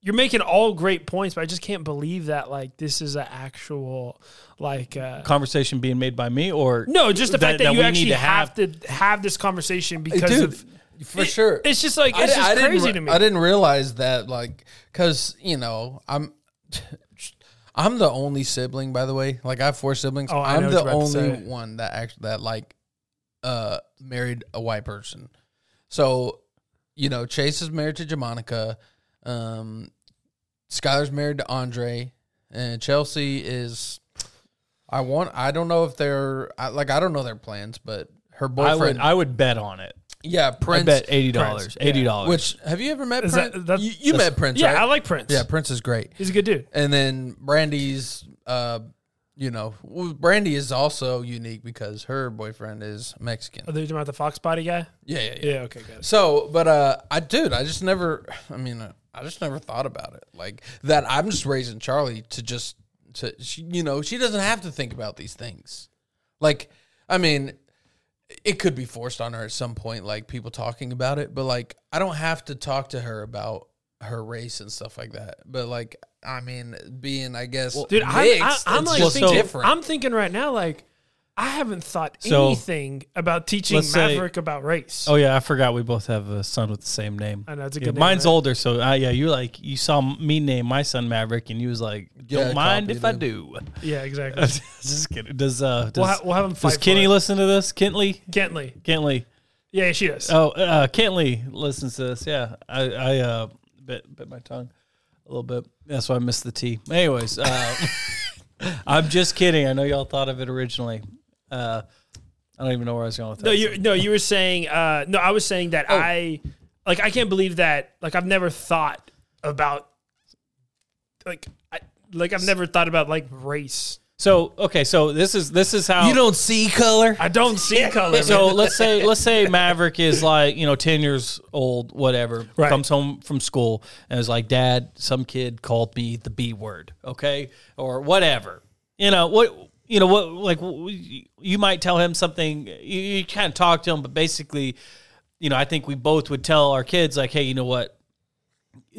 Speaker 2: you're making all great points, but I just can't believe that like this is an actual like. Uh,
Speaker 4: conversation being made by me or
Speaker 2: no, just the fact that, you
Speaker 4: we
Speaker 2: actually have, to have this conversation because
Speaker 1: Dude,
Speaker 2: of
Speaker 1: for
Speaker 2: it-
Speaker 1: sure.
Speaker 2: It's just like it's
Speaker 1: di-
Speaker 2: just
Speaker 1: didn't
Speaker 2: crazy
Speaker 1: re-
Speaker 2: to me.
Speaker 1: I didn't realize that, like, because you know, I'm, I'm the only sibling. By the way, like, I have four siblings.
Speaker 2: Oh, I know
Speaker 1: I'm
Speaker 2: what
Speaker 1: the
Speaker 2: you're about to
Speaker 1: only
Speaker 2: say.
Speaker 1: one that actually that like, uh, married a white person. So, you know, Chase is married to Jamonica. Um, Skylar's married to Andre, and Chelsea is. I want. I don't know if they're I, like. I don't know their plans, but her
Speaker 4: I
Speaker 1: boyfriend.
Speaker 4: would I would bet on it.
Speaker 1: yeah, Prince.
Speaker 4: I bet eighty dollars. Eighty dollars.
Speaker 1: Which have you ever met
Speaker 2: Is
Speaker 1: Prince?
Speaker 2: that- that-
Speaker 1: you you
Speaker 2: that's-
Speaker 1: met Prince,
Speaker 2: yeah,
Speaker 1: right?
Speaker 2: I like Prince.
Speaker 1: yeah, Prince is great.
Speaker 2: he's a good dude.
Speaker 1: And then Brandy's, uh, you know, well, Brandy is also unique because her boyfriend is Mexican.
Speaker 2: Are they talking about Oh, the Fox Body guy?
Speaker 1: Yeah, yeah, yeah.
Speaker 2: Yeah. Okay. Got it.
Speaker 1: So, but uh, I dude, I just never. I mean, uh, I just never thought about it like that. I'm just raising Charlie to just to she, you know she doesn't have to think about these things. Like, I mean, it could be forced on her at some point, like people talking about it. But like, I don't have to talk to her about her race and stuff like that. But like, I mean, being I guess
Speaker 2: Dude, I'm,
Speaker 1: mixed,
Speaker 2: I, I'm
Speaker 1: it's
Speaker 2: like
Speaker 1: just
Speaker 2: thinking,
Speaker 1: different.
Speaker 2: I'm thinking right now, like I haven't thought
Speaker 4: So,
Speaker 2: anything about teaching
Speaker 4: let's say-
Speaker 2: Maverick about race.
Speaker 4: oh yeah, I forgot we both have a son with the same name.
Speaker 2: I know it's a
Speaker 4: Yeah,
Speaker 2: good. name,
Speaker 4: mine's
Speaker 2: right?
Speaker 4: older, so uh, yeah, you like you saw me name my son Maverick, and you was like, "Don't
Speaker 1: Yeah,
Speaker 4: mind
Speaker 1: copy
Speaker 4: if I do."
Speaker 2: Yeah, exactly.
Speaker 4: Just kidding. Does uh does,
Speaker 2: we'll, ha- we'll have him
Speaker 4: does
Speaker 2: fight.
Speaker 4: Kenny
Speaker 2: for it.
Speaker 4: listen to this? Kentley,
Speaker 2: Kentley?
Speaker 4: Kentley.
Speaker 2: Yeah, she does.
Speaker 4: Oh, uh, Kentley listens to this. Yeah, I, I uh, bit bit my tongue a little bit. That's why I missed the T. Anyways, uh, I'm just kidding. I know y'all thought of it originally. Uh, I don't even know where I was going with that.
Speaker 2: no, you no, you were saying. Uh, no, I was saying that
Speaker 4: Oh.
Speaker 2: I like I can't believe that. Like I've never thought about like I like I've never thought about like race.
Speaker 4: so okay, so this is this is how
Speaker 1: you don't see color.
Speaker 2: I don't see color.
Speaker 4: So
Speaker 2: man.
Speaker 4: let's say let's say Maverick is like you know ten years old, whatever.
Speaker 2: Right.
Speaker 4: Comes home from school and is like, Dad, some kid called me the B word, okay, or whatever. You know what? You know what? Like w- you might tell him something. You, you kind of talk to him, but basically, you know, I think we both would tell our kids like, Hey, you know what?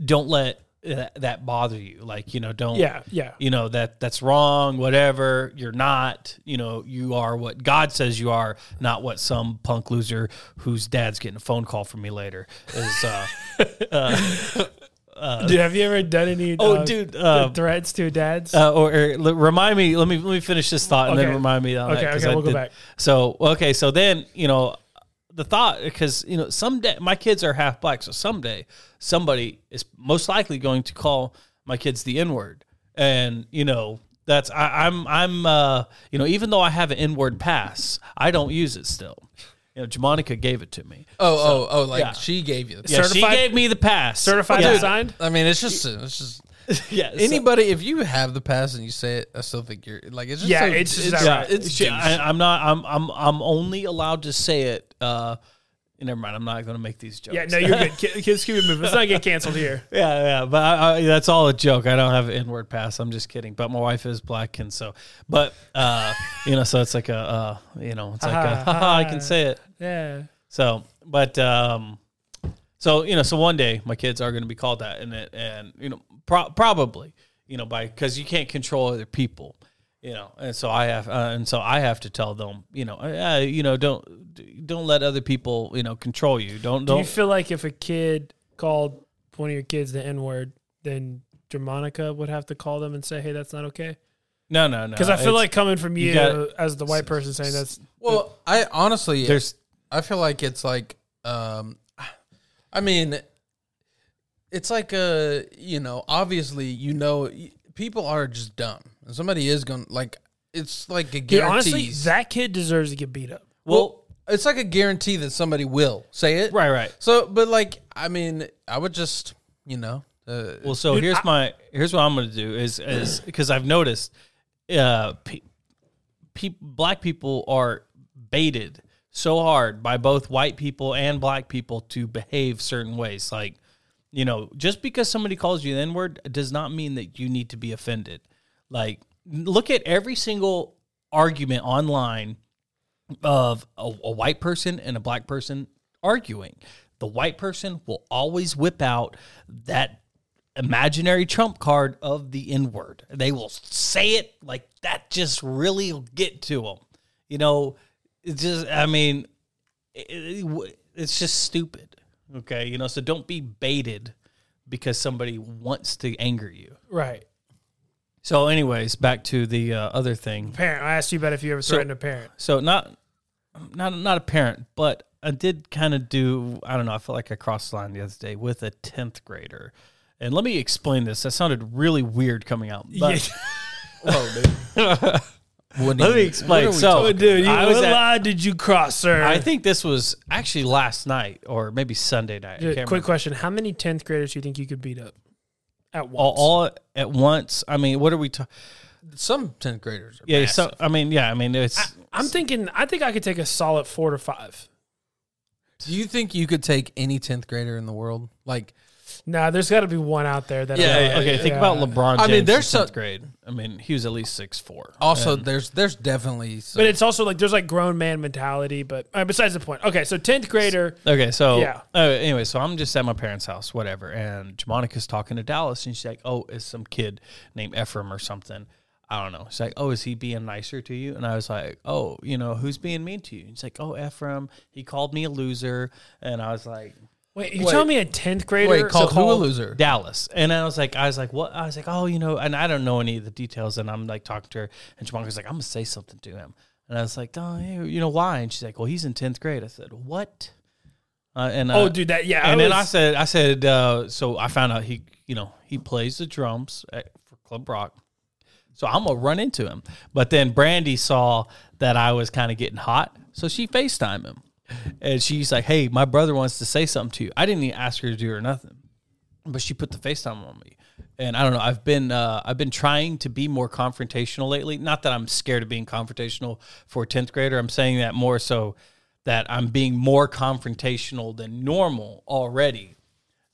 Speaker 4: Don't let that, that bother you. Like you know, don't
Speaker 2: yeah, yeah.
Speaker 4: you know that that's wrong whatever you're not you know you are what god says you are not what some punk loser whose dad's getting a phone call from me later is uh
Speaker 2: Dude, have you ever done any?
Speaker 4: Oh,
Speaker 2: uh,
Speaker 4: dude, uh,
Speaker 2: threats to dads.
Speaker 4: Uh, or, or l- remind me. Let me let me finish this thought and
Speaker 2: Okay.
Speaker 4: then remind me. On
Speaker 2: Okay,
Speaker 4: that, 'cause
Speaker 2: okay,
Speaker 4: I
Speaker 2: we'll go
Speaker 4: did-
Speaker 2: back.
Speaker 4: So okay, so then you know the thought because you know someday my kids are half black, so someday somebody is most likely going to call my kids the N word, and you know that's I, I'm I'm uh, you know even though I have an N word pass, I don't use it still. You know, Jamonica gave it to me.
Speaker 1: oh, oh, oh! Like
Speaker 4: yeah.
Speaker 1: she gave you. The
Speaker 4: Yeah, she
Speaker 2: Certified-
Speaker 4: gave me the pass.
Speaker 2: Certified
Speaker 4: yeah.
Speaker 2: and signed.
Speaker 1: I mean, it's just it's just.
Speaker 4: Yeah, so-
Speaker 1: Anybody, if you have the pass and you say it, I still think you're like it's just
Speaker 2: Yeah,
Speaker 1: so-
Speaker 2: it's just
Speaker 1: it's,
Speaker 2: that right.
Speaker 1: it's
Speaker 4: Shit, I, I'm not. I'm. I'm. I'm only allowed to say it. Uh, never mind. I'm not going to make these jokes.
Speaker 2: Yeah, no, you're good. Ki- Kids keep it moving. Let's not get canceled here.
Speaker 4: Yeah, yeah, but I, I, that's all a joke. I don't have an N-word pass. I'm just kidding. But my wife is black, and so, but uh, you know, so it's like a, uh, you know, it's like a,
Speaker 2: Ha, ha,
Speaker 4: haha, I
Speaker 2: ha.
Speaker 4: can say it.
Speaker 2: Yeah.
Speaker 4: So, but um, so you know, so one day my kids are going to be called that, and it, and you know, pro- probably you know by because you can't control other people, you know, and so I have uh, and so I have to tell them, you know, uh, you know, don't don't let other people you know control you. Don't
Speaker 2: Do
Speaker 4: don't.
Speaker 2: you feel like if a kid called one of your kids the N word, then Germanica would have to call them and say, "Hey, that's not okay"?
Speaker 4: no, no, no.
Speaker 2: Because I feel
Speaker 4: Uh, It's-
Speaker 2: like coming from you,
Speaker 4: you gotta-
Speaker 2: as the white person saying that's
Speaker 1: well, I honestly,
Speaker 4: there's
Speaker 1: I feel like it's like, um, I mean, it's like a you know, obviously, you know, people are just dumb. And somebody is gonna like it's like a
Speaker 2: dude.
Speaker 1: guarantee.
Speaker 2: Honestly, that kid deserves to get beat up.
Speaker 1: well, it's like a guarantee that somebody will say it.
Speaker 4: right, right.
Speaker 1: So, but like, I mean, I would just you know, uh,
Speaker 4: Well, so here's my here's what I'm going to do is is because I've noticed, uh, pe- peop black people are baited so hard by both white people and black people to behave certain ways. Like, you know, just because somebody calls you the N word does not mean that you need to be offended. Like, look at every single argument online of a, a white person and a black person arguing. The white person will always whip out that imaginary trump card of the N word. They will say it like that, just really will get to them. You know, it's just, I mean, it- it- it's just stupid. Okay. You know, so don't be baited because somebody wants to anger you.
Speaker 2: Right.
Speaker 4: So, anyways, back to the uh, other thing.
Speaker 2: Parent. I asked you about if you ever threatened a parent.
Speaker 4: So not not not a parent, but I did kind of do I don't know, I felt like I crossed the line the other day with a 10th grader. And let me explain this. That sounded really weird coming out. But
Speaker 1: What do
Speaker 4: let me
Speaker 1: you-
Speaker 4: explain.
Speaker 1: what are we
Speaker 4: So
Speaker 1: talking-
Speaker 2: Dude, you,
Speaker 4: I was
Speaker 2: what
Speaker 4: at,
Speaker 2: line did you cross, sir?
Speaker 4: I think this was actually last night or maybe Sunday night. I
Speaker 2: Dude,
Speaker 4: can't
Speaker 2: quick
Speaker 4: remember.
Speaker 2: question: How many tenth graders do you think you could beat up at once?
Speaker 4: all, all at once. I mean, what are we talking?
Speaker 1: some tenth graders. Are
Speaker 4: Yeah,
Speaker 1: bad.
Speaker 4: so I mean, yeah, I mean, it's
Speaker 2: I'm thinking. I think I could take a solid four to five.
Speaker 1: Do you think you could take any tenth grader in the world? Like,
Speaker 2: Nah, there's got to be one out there that.
Speaker 1: Yeah,
Speaker 2: I,
Speaker 1: yeah,
Speaker 4: okay. Think about LeBron. James
Speaker 1: I mean,
Speaker 4: in
Speaker 1: there's so-
Speaker 4: 10th grade. I mean, he was at least six four.
Speaker 1: also, there's there's definitely. Some,
Speaker 2: But it's also like there's like grown man mentality. But uh, besides the point. Okay, so tenth grader.
Speaker 4: Okay, so
Speaker 2: Yeah.
Speaker 4: uh, anyway, so I'm just at my parents' house, whatever, and Jamonica's talking to Dallas, and she's like, "Oh, it's some kid named Ephraim or something." I don't know. She's like, "Oh, is he being nicer to you?" And I was like, "Oh, you know, who's being mean to you?" And he's like, "Oh, Ephraim, he called me a loser," and I was like,
Speaker 2: Wait, you tell me a tenth grader
Speaker 1: wait, called who a
Speaker 4: called
Speaker 1: loser?
Speaker 4: Dallas. And I was like, I was like, what? I was like, oh, you know, and I don't know any of the details. And I'm like talking to her, and Jamaica's like, I'm gonna say something to him. And I was like, oh, you you know why? And she's like, well, he's in tenth grade. I said, what? Uh, and uh,
Speaker 2: Oh, dude, that yeah.
Speaker 4: and
Speaker 2: I
Speaker 4: then
Speaker 2: was-
Speaker 4: I said, I said, uh, so I found out he, you know, he plays the drums at, for Club Rock. So I'm gonna run into him. But then Brandy saw that I was kind of getting hot, so she Facetime him, and she's like, "Hey, my brother wants to say something to you." I didn't even ask her to do or nothing, but she put the Facetime on me. And I don't know. I've been uh, I've been trying to be more confrontational lately. Not that I'm scared of being confrontational for a tenth grader. I'm saying that more so that I'm being more confrontational than normal already.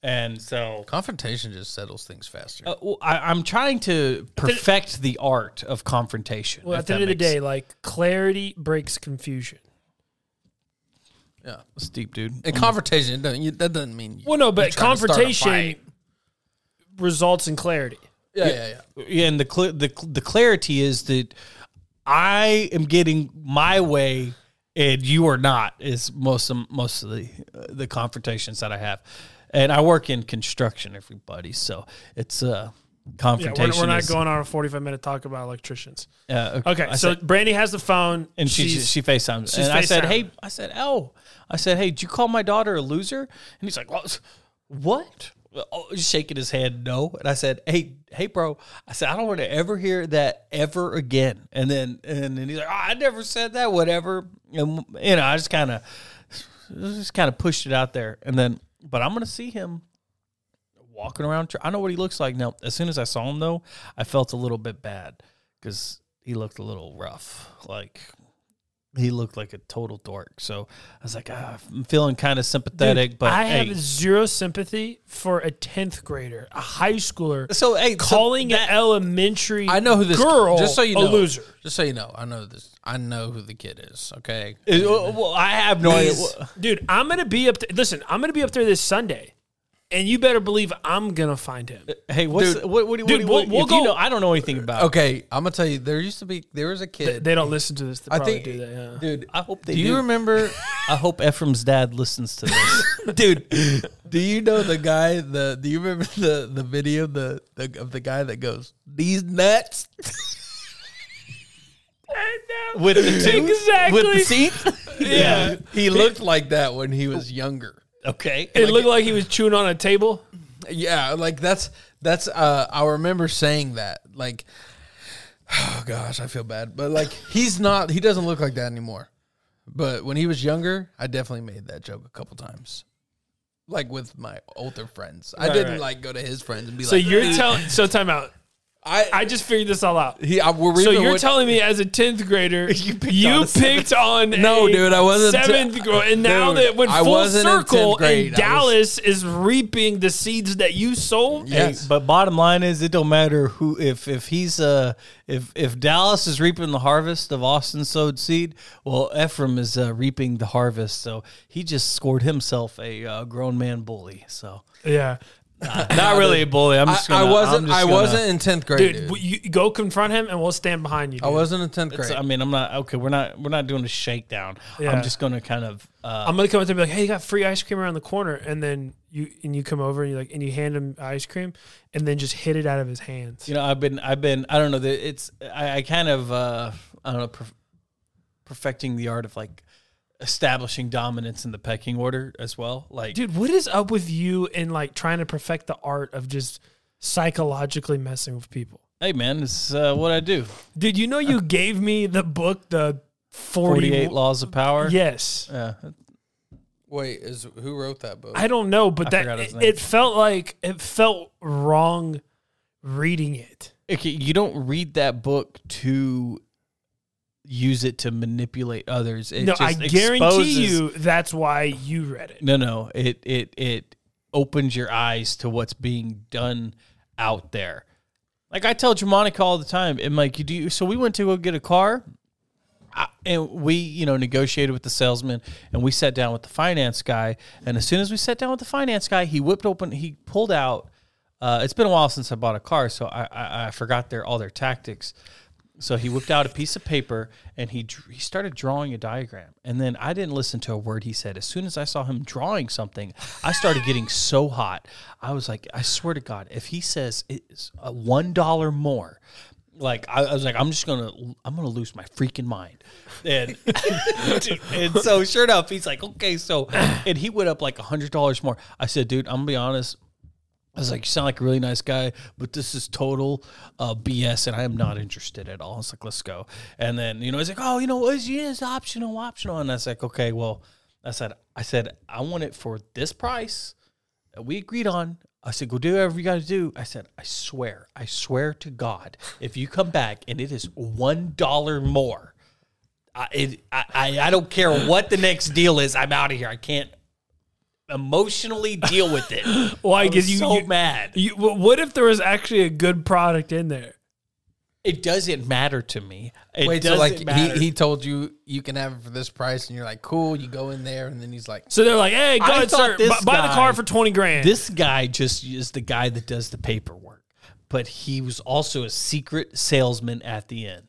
Speaker 4: And so
Speaker 1: confrontation just settles things faster.
Speaker 2: Oh.
Speaker 4: uh, well, I, I'm trying to perfect the art of confrontation.
Speaker 2: Well,
Speaker 4: if
Speaker 2: at the
Speaker 4: that
Speaker 2: end of the
Speaker 4: makes
Speaker 2: day, like clarity breaks confusion.
Speaker 1: yeah,
Speaker 4: sense. deep, dude.
Speaker 1: and confrontation it doesn't, you, that doesn't mean. You,
Speaker 2: Well, no,
Speaker 1: you're
Speaker 2: but
Speaker 1: trying to start a
Speaker 2: confrontation
Speaker 1: fight.
Speaker 2: results in clarity.
Speaker 1: Yeah, yeah, yeah.
Speaker 4: and the cl- the the clarity is that I am getting my way and you are not is most of, most of the uh, the confrontations that I have. And I work in construction everybody, so it's uh
Speaker 2: Yeah,
Speaker 4: confrontation
Speaker 2: we're, we're not
Speaker 4: is-
Speaker 2: going on a 45 minute talk about electricians.
Speaker 4: uh,
Speaker 2: Okay,
Speaker 4: I
Speaker 2: so
Speaker 4: said-
Speaker 2: Brandy has the phone,
Speaker 4: and she she, she FaceTimes.
Speaker 2: she's
Speaker 4: And I said,
Speaker 2: FaceTiming.
Speaker 4: "Hey, I said, "Oh, I said, "Hey, did you call my daughter a loser?" And he's like, "What? What?" Oh, he's shaking his head no. And I said, "Hey, hey bro. I said, "I don't want to ever hear that ever again." And then and then he's like, oh, "I never said that, whatever." And you know, I just kind of just kind of pushed it out there. And then but I'm going to see him walking around. tr- I know what he looks like now. As soon as I saw him though, I felt a little bit bad cuz he looked a little rough. Like he looked like a total dork. So I was like, ah, I'm feeling kind of sympathetic, but
Speaker 2: I
Speaker 4: hey.
Speaker 2: have zero sympathy for a 10th grader, a high schooler,
Speaker 4: so hey, so
Speaker 2: calling
Speaker 4: that-
Speaker 2: an elementary
Speaker 1: I know who this
Speaker 2: girl
Speaker 1: Just so you
Speaker 2: a
Speaker 1: know,
Speaker 2: loser.
Speaker 1: Just so you know, I know this. I know who the kid is. Okay,
Speaker 2: uh,
Speaker 4: is- well, well, I have no idea.
Speaker 1: He's-
Speaker 2: Dude, I'm going to be up there. Listen, I'm going to be up there this Sunday, and you better believe I'm going to find him.
Speaker 4: Hey, what's
Speaker 1: Dude.
Speaker 4: what? What do you?
Speaker 2: Dude,
Speaker 4: what, do you-
Speaker 2: we'll-
Speaker 4: if
Speaker 2: we'll
Speaker 4: you
Speaker 2: go-
Speaker 4: know- I don't know anything about. it.
Speaker 1: okay. I'm gonna tell you. There used to be. There was a kid.
Speaker 2: They don't listen to this. They
Speaker 1: I
Speaker 2: probably
Speaker 1: think,
Speaker 2: do that. Yeah.
Speaker 1: dude.
Speaker 4: I hope they
Speaker 1: do you
Speaker 4: do.
Speaker 1: remember?
Speaker 4: I hope Ephraim's dad listens to this.
Speaker 1: dude do you know the guy the do you remember the the video the, the of the guy that goes these nuts
Speaker 4: with the two,
Speaker 2: Exactly.
Speaker 4: with the teeth.
Speaker 1: yeah he looked like that when he was younger
Speaker 4: Okay,
Speaker 2: It looked like he was chewing on a table.
Speaker 1: yeah like that's that's uh i remember saying that like oh gosh i feel bad but like he's not he doesn't look like that anymore but when he was younger i definitely made that joke a couple times like with my older friends i didn't
Speaker 4: right.
Speaker 1: like go to his friends and be
Speaker 2: So
Speaker 1: like
Speaker 2: you're telling. So time out.
Speaker 1: I,
Speaker 2: I just figured this all out.
Speaker 1: he, I we're
Speaker 2: So
Speaker 1: reading
Speaker 2: you're
Speaker 1: what-
Speaker 2: telling me as a tenth grader, you picked on,
Speaker 1: No,
Speaker 2: a
Speaker 1: dude, I wasn't te-
Speaker 2: seventh grade, and now
Speaker 1: Dude,
Speaker 2: that it went
Speaker 1: I
Speaker 2: full
Speaker 1: wasn't in 10th
Speaker 2: circle,
Speaker 1: grade. I
Speaker 2: and
Speaker 1: was-
Speaker 2: Dallas is reaping the seeds that you sown.
Speaker 1: Yes.
Speaker 4: But bottom line is, it don't matter who. If if he's uh if if Dallas is reaping the harvest of Austin's sowed seed, well Ephraim is uh, reaping the harvest. So he just scored himself a uh, grown man bully. So
Speaker 2: Yeah,
Speaker 4: not really a bully. I'm just
Speaker 1: I,
Speaker 4: gonna.
Speaker 1: I
Speaker 4: I'm
Speaker 1: wasn't.
Speaker 4: just
Speaker 1: I
Speaker 4: gonna-
Speaker 1: wasn't in tenth grade.
Speaker 2: dude,
Speaker 1: Dude,
Speaker 2: w- you go confront him, and we'll stand behind you. Dude.
Speaker 1: I wasn't in tenth grade.
Speaker 4: So, I mean, I'm not okay. We're not. We're not doing a shakedown.
Speaker 2: Yeah.
Speaker 4: I'm just gonna kind of. Uh,
Speaker 2: I'm gonna come up to him and be like, "Hey, you got free ice cream around the corner," and then you and you come over and you like and you hand him ice cream, and then just hit it out of his hands.
Speaker 4: you know, I've been. I've been. I don't know. the- It's. I, I kind of. Uh, I don't know. Perf- perfecting the art of like establishing dominance in the pecking order as well. Like,
Speaker 2: Dude, what is up with you and like trying to perfect the art of just psychologically messing with people?
Speaker 4: hey man, it's uh, what I do.
Speaker 2: Dude, you know you gave me the book, the 40,
Speaker 4: 48 laws of power.
Speaker 2: Yes.
Speaker 4: Yeah.
Speaker 1: Wait, is who wrote that book?
Speaker 2: I don't know, but
Speaker 4: I
Speaker 2: that
Speaker 4: forgot his
Speaker 2: it,
Speaker 4: name.
Speaker 2: it felt like it felt wrong reading it.
Speaker 4: Okay, you don't read that book to use it to manipulate others. It
Speaker 2: no,
Speaker 4: just
Speaker 2: I guarantee
Speaker 4: exposes-
Speaker 2: you that's why you read it.
Speaker 4: No, no. It it it opens your eyes to what's being done out there. Like I tell Jamonica all the time, and like you do. So we went to go get a car, I, and we you know negotiated with the salesman, and we sat down with the finance guy. And as soon as we sat down with the finance guy, he whipped open, he pulled out. Uh, it's been a while since I bought a car, so I I, I forgot their all their tactics. So he whipped out a piece of paper and he dr- he started drawing a diagram. And then I didn't listen to a word he said. As soon as I saw him drawing something, I started getting so hot. I was like, I swear to God, if he says it's a one dollar more, like I, I was like, I'm just gonna I'm gonna lose my freaking mind. And dude, and so sure enough, he's like, okay, so and he went up like a hundred dollars more. I said, dude, I'm gonna be honest. I was like, you sound like a really nice guy, but this is total uh, BS, and I am not interested at all. I was like, let's go. And then, you know, he's like, oh, you know, it's, yeah, it's optional, optional. And I was like, okay, well, I said, I said, I want it for this price that we agreed on. I said, go do whatever you got to do. I said, I swear, I swear to God, if you come back and it is $1 more, I, it, I, I, I don't care what the next deal is, I'm out of here. I can't emotionally deal with it.
Speaker 2: Well, I
Speaker 4: Oh, I
Speaker 2: guess
Speaker 4: was
Speaker 2: you,
Speaker 4: so
Speaker 2: you,
Speaker 4: mad.
Speaker 2: you- wh- what if there was actually a good product in there?
Speaker 4: It doesn't matter to me. It
Speaker 1: Wait, so
Speaker 4: doesn't
Speaker 1: like
Speaker 4: matter.
Speaker 1: he, he told you you can have it for this price, and you're like, cool. You go in there, and then he's like,
Speaker 2: So they're like, "Hey, go
Speaker 4: I
Speaker 2: ahead,
Speaker 4: thought
Speaker 2: sir, bu-
Speaker 4: this
Speaker 2: buy the
Speaker 4: guy-
Speaker 2: car for twenty grand."
Speaker 4: this guy just is the guy that does the paperwork, but he was also a secret salesman at the end.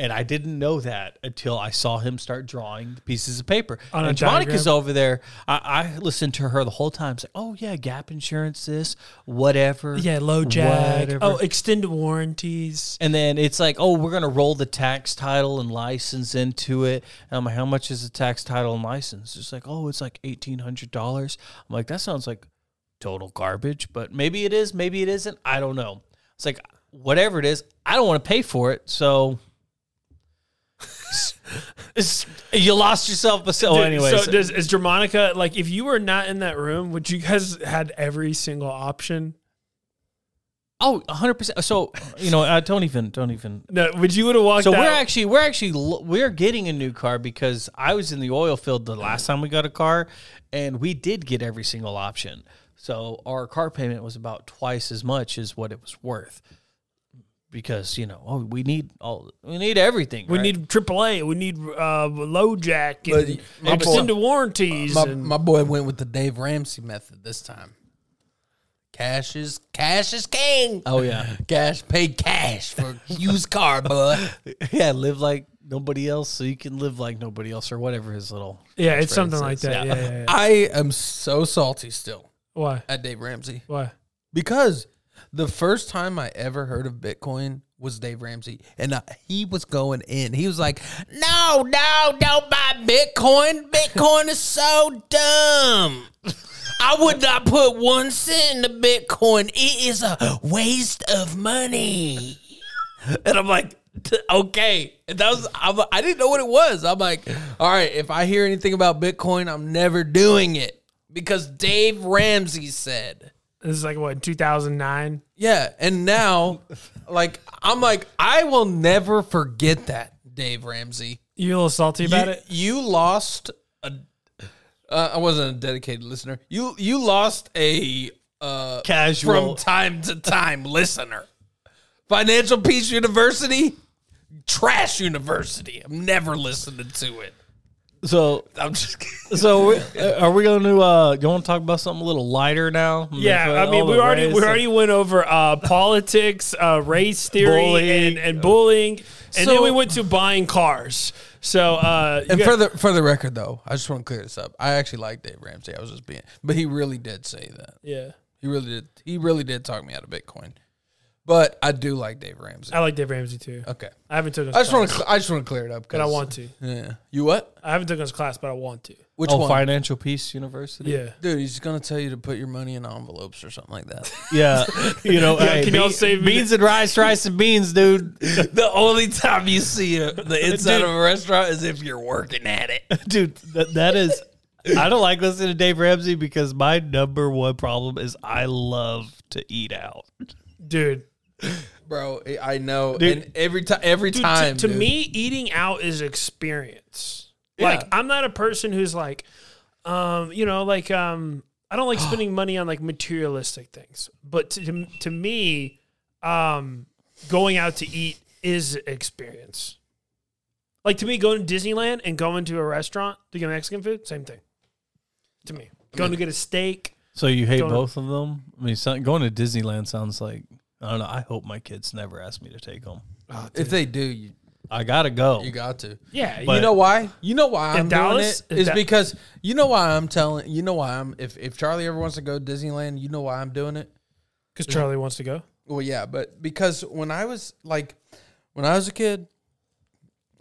Speaker 4: And I didn't know that until I saw him start drawing the pieces of paper.
Speaker 2: On a
Speaker 4: and Monica's
Speaker 2: diagram?
Speaker 4: over there. I, I listened to her the whole time. It's like, oh yeah, gap insurance, this, whatever.
Speaker 2: yeah, low jack.
Speaker 4: whatever."
Speaker 2: Oh, extended warranties.
Speaker 4: And then it's like, oh, we're gonna roll the tax title and license into it. And I'm like, how much is the tax title and license? It's like, oh, it's like eighteen hundred dollars. I'm like, that sounds like total garbage, but maybe it is, maybe it isn't. I don't know. It's like whatever it is, I don't want to pay for it. So It's- you lost yourself. But so,
Speaker 2: Dude,
Speaker 4: anyways,
Speaker 2: so does, is Germanica like if you were not in that room, would you guys had every single option?
Speaker 4: oh, 100 percent. So you know, uh, don't even, don't even.
Speaker 2: No, would you would have walked
Speaker 4: So
Speaker 2: out?
Speaker 4: we're actually we're actually l- we're getting a new car because I was in the oil field the last time we got a car, and we did get every single option. So our car payment was about twice as much as what it was worth, because you know oh we need all we need everything.
Speaker 2: we
Speaker 4: right?
Speaker 2: need AAA. We need uh, low jack
Speaker 1: But
Speaker 2: and
Speaker 1: my boy-
Speaker 2: extended warranties.
Speaker 1: my,
Speaker 2: and,
Speaker 1: my boy went with the Dave Ramsey method this time. Cash is cash is king.
Speaker 4: oh yeah
Speaker 1: Cash paid cash for used car, bud.
Speaker 4: yeah live like nobody else so you can live like nobody else or whatever his little
Speaker 2: yeah, it's something like that. Yeah.
Speaker 4: Yeah.
Speaker 2: yeah, yeah.
Speaker 1: I am so salty still
Speaker 2: Why?
Speaker 1: at Dave Ramsey
Speaker 2: Why?
Speaker 1: because the first time I ever heard of Bitcoin was Dave Ramsey, and I, he was going in. He was like, "No, no, don't buy Bitcoin. Bitcoin is so dumb." I would not put one cent into Bitcoin. It is a waste of money. And I'm like, "T- okay. And that was I'm, I didn't know what it was. I'm like, all right. If I hear anything about Bitcoin, I'm never doing it because Dave Ramsey said.
Speaker 2: This is like what 2009.
Speaker 1: Yeah, and now, like, I'm like, I will never forget that, Dave Ramsey.
Speaker 2: You a little salty about
Speaker 1: you,
Speaker 2: it?
Speaker 1: you lost a. Uh, I wasn't a dedicated listener. You you lost a uh, from
Speaker 4: Casual.
Speaker 1: time to time listener. Financial Peace University, trash university. I'm never listening to it.
Speaker 4: So,
Speaker 1: I'm just kidding.
Speaker 4: so we- are we going to uh, you want to talk about something a little lighter now?
Speaker 2: Yeah, I
Speaker 4: All
Speaker 2: mean, we
Speaker 4: the
Speaker 2: already
Speaker 4: race
Speaker 2: we
Speaker 4: and-
Speaker 2: already went over uh, politics, uh, race theory,
Speaker 4: Bullying.
Speaker 2: and, and bullying, and then
Speaker 1: So-
Speaker 2: we went to buying cars. So, uh, you
Speaker 1: And
Speaker 2: got-
Speaker 1: for the for the record, though, I just want to clear this up. I actually like Dave Ramsey. I was just being, but he really did say that.
Speaker 2: yeah,
Speaker 1: He really did. He really did talk me out of Bitcoin. But I do like Dave Ramsey.
Speaker 2: I like Dave Ramsey too.
Speaker 1: Okay,
Speaker 2: I haven't taken. His
Speaker 1: I just
Speaker 2: class,
Speaker 1: want to. I just want to clear it up
Speaker 2: but I want to.
Speaker 1: Yeah, you what?
Speaker 2: I haven't taken his class, but I want to.
Speaker 1: Which
Speaker 4: Oh,
Speaker 1: one?
Speaker 4: Financial Peace University.
Speaker 2: Yeah.
Speaker 1: Dude, he's gonna tell you to put your money in envelopes or something like that.
Speaker 4: yeah. You know, hey,
Speaker 2: can y'all
Speaker 4: bean-
Speaker 2: save me
Speaker 4: beans and rice, rice and beans, dude.
Speaker 1: the only time you see a, the inside of a restaurant is if you're working at it.
Speaker 4: dude that, that is i don't like listening to dave ramsey because my number one problem is i love to eat out
Speaker 2: Dude,
Speaker 1: Bro, I- I know.
Speaker 4: Dude.
Speaker 1: and every time, every
Speaker 2: dude, to-
Speaker 1: time,
Speaker 2: to,
Speaker 1: dude.
Speaker 2: me, eating out is experience.
Speaker 1: Yeah.
Speaker 2: Like, I'm not a person who's like, um, you know, like, um, I don't like spending money on like materialistic things. But to, to, to me, um, going out to eat is experience. Like to me, going to Disneyland and going to a restaurant to get Mexican food, same thing. To me, going to get a steak.
Speaker 4: so you hate
Speaker 2: Going to-
Speaker 4: both of them i mean so, going to disneyland sounds like i don't know i hope my kids never ask me to take them
Speaker 1: if they do, you
Speaker 4: i gotta go
Speaker 1: you got to.
Speaker 2: Yeah,
Speaker 4: But-
Speaker 1: you know why? You know why
Speaker 2: In
Speaker 1: I'm
Speaker 2: Dallas?
Speaker 1: doing
Speaker 2: Is
Speaker 1: it is
Speaker 2: that-
Speaker 1: because you know why I'm telling. You know why I'm if if Charlie ever wants to go to Disneyland, you know why I'm doing it.
Speaker 2: because Charlie wants to go.
Speaker 1: Well, yeah, but because when I was like, when I was a kid,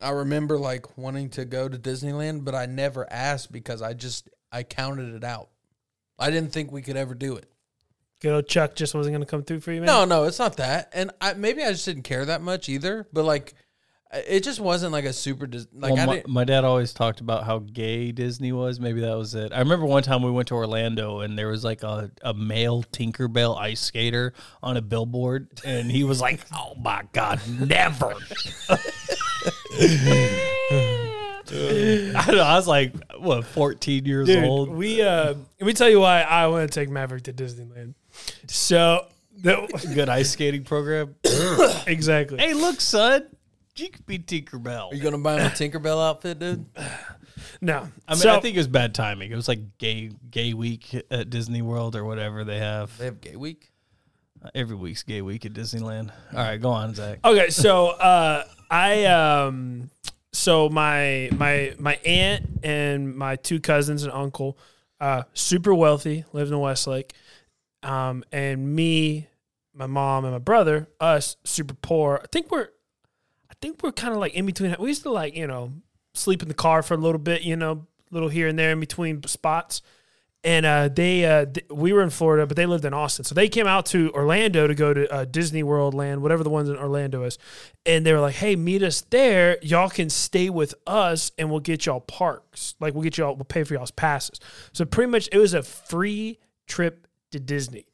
Speaker 1: I remember like wanting to go to Disneyland, but I never asked because I just I counted it out. I didn't think we could ever do it.
Speaker 2: Good old Chuck just wasn't going to come through for you, man.
Speaker 1: No, no, it's not that. And I maybe I just didn't care that much either. But like, it just wasn't like a super dis- like
Speaker 4: Well,
Speaker 1: I
Speaker 4: my,
Speaker 1: didn't.
Speaker 4: my dad always talked about how gay Disney was. Maybe that was it. I remember one time we went to Orlando and there was like a, a male Tinkerbell ice skater on a billboard. And he was like, oh my God, never. I, know, I was like, what, 14 years
Speaker 2: Dude,
Speaker 4: old?
Speaker 2: we uh, let me tell you why I want to take Maverick to Disneyland. So the,
Speaker 4: Good ice skating program.
Speaker 2: exactly.
Speaker 4: hey, look, son. You could be Tinkerbell.
Speaker 1: You gonna buy him a Tinkerbell outfit, dude?
Speaker 2: No,
Speaker 4: I mean,
Speaker 2: so,
Speaker 4: I think it was bad timing. It was like gay gay week at Disney World or whatever they have.
Speaker 1: They have Gay Week.
Speaker 4: Every week's gay week at Disneyland. All right, go on, Zach.
Speaker 2: okay. So uh, I um, so my my my aunt and my two cousins and uncle, uh, super wealthy, lived in Westlake, um, and me, my mom and my brother, us super poor. I think we're, I think we're kind of like in between. We used to like you know sleep in the car for a little bit, you know, little here and there in between spots. And uh, they, uh, th- we were in Florida, but they lived in Austin, so they came out to Orlando to go to uh, Disney World Land, whatever the ones in Orlando is. And they were like, "Hey, meet us there. Y'all can stay with us, and we'll get y'all parks. Like we'll get y'all, we'll pay for y'all's passes." So pretty much, it was a free trip to Disney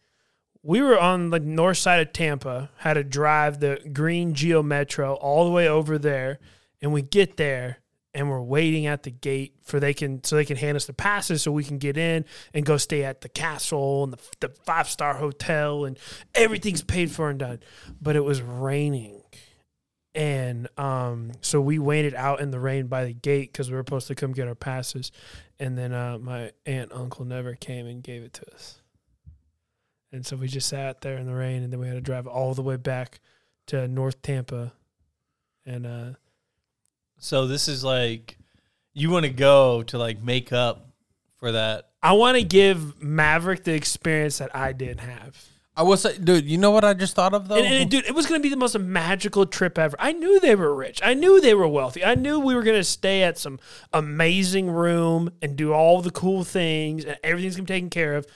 Speaker 2: we were on the north side of Tampa, had to drive the green Geo Metro all the way over there, and we get there and we're waiting at the gate for they can so they can hand us the passes so we can get in and go stay at the castle and the, the five star hotel and everything's paid for and done. But it was raining. And um, so we waited out in the rain by the gate because we were supposed to come get our passes. And then uh, my aunt uncle never came and gave it to us. And so we just sat there in the rain, and then we had to drive all the way back to North Tampa. And uh,
Speaker 4: So this is like you want to go to like make up for that.
Speaker 2: I want to give Maverick the experience that I didn't have.
Speaker 1: I will say, dude. You know what I just thought of though?
Speaker 2: And, and dude, it was going to be the most magical trip ever. I knew they were rich. I knew they were wealthy. I knew we were going to stay at some amazing room and do all the cool things, and everything's going to be taken care of.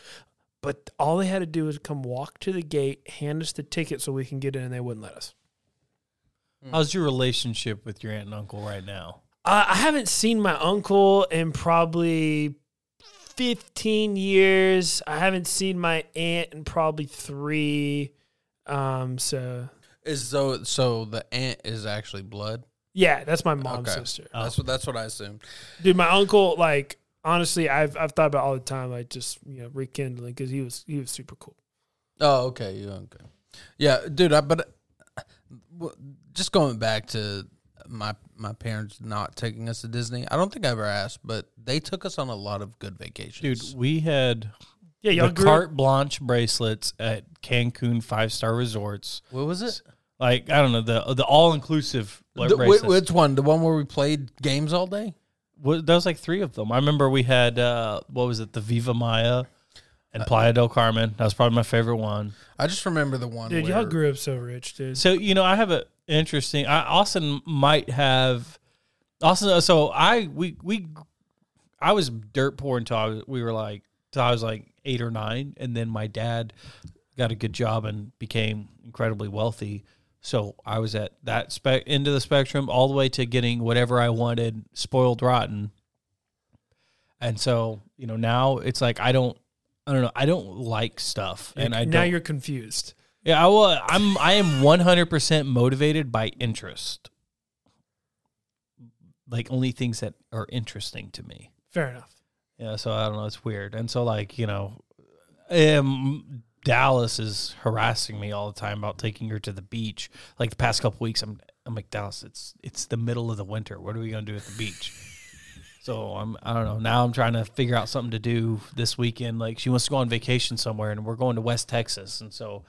Speaker 2: But all they had to do was come walk to the gate, hand us the ticket so we can get in, and they wouldn't let us.
Speaker 4: How's your relationship with your aunt and uncle right now?
Speaker 2: Uh, I haven't seen my uncle in probably 15 years. I haven't seen my aunt in probably three. Um, so
Speaker 1: Is so so the aunt is actually blood.
Speaker 2: yeah, that's my mom's
Speaker 1: Okay.
Speaker 2: sister.
Speaker 1: That's what that's what I assumed.
Speaker 2: Dude, my uncle, like honestly, I've I've thought about it all the time, like just you know rekindling because he was he was super cool.
Speaker 1: Oh, okay, you okay? Yeah, dude. I, but uh, w- just going back to my my parents not taking us to Disney. I don't think I ever asked, but they took us on a lot of good
Speaker 4: Dude,
Speaker 1: vacations.
Speaker 4: we had
Speaker 2: Yeah, y'all
Speaker 4: the
Speaker 2: grew.
Speaker 4: carte blanche bracelets at Cancun five star resorts.
Speaker 1: what was it?
Speaker 4: Like I don't know the the all inclusive like,
Speaker 1: The- whi-
Speaker 4: bracelets.
Speaker 1: which one? The one where we played games all day?
Speaker 4: Wa- there was like three of them. I remember we had uh, what was it the Viva Maya and Playa del Carmen. That was probably my favorite one.
Speaker 1: I just remember the one.
Speaker 2: dude,
Speaker 1: where,
Speaker 2: y'all grew up so rich, dude.
Speaker 4: So you know, I have a interesting. I Austin might have Austin. uh, So I we we I was dirt poor until I was, we were like till I was like eight or nine, and then my dad got a good job and became incredibly wealthy. So I was at that spec end of the spectrum, all the way to getting whatever I wanted, spoiled rotten. And so you know now it's like I don't. I don't know. I don't like stuff, and I
Speaker 2: now
Speaker 4: don't,
Speaker 2: you're confused.
Speaker 4: yeah, I will. I'm. I am 100 percent motivated by interest. Like only things that are interesting to me.
Speaker 2: Fair enough.
Speaker 4: Yeah. So I don't know. It's weird. And so like you know, um, Dallas is harassing me all the time about taking her to the beach. Like the past couple weeks, I'm. I'm like Dallas. It's it's the middle of the winter. What are we gonna do at the beach? So I'm I don't know. Now I'm trying to figure out something to do this weekend. Like she wants to go on vacation somewhere, and we're going to West Texas, and so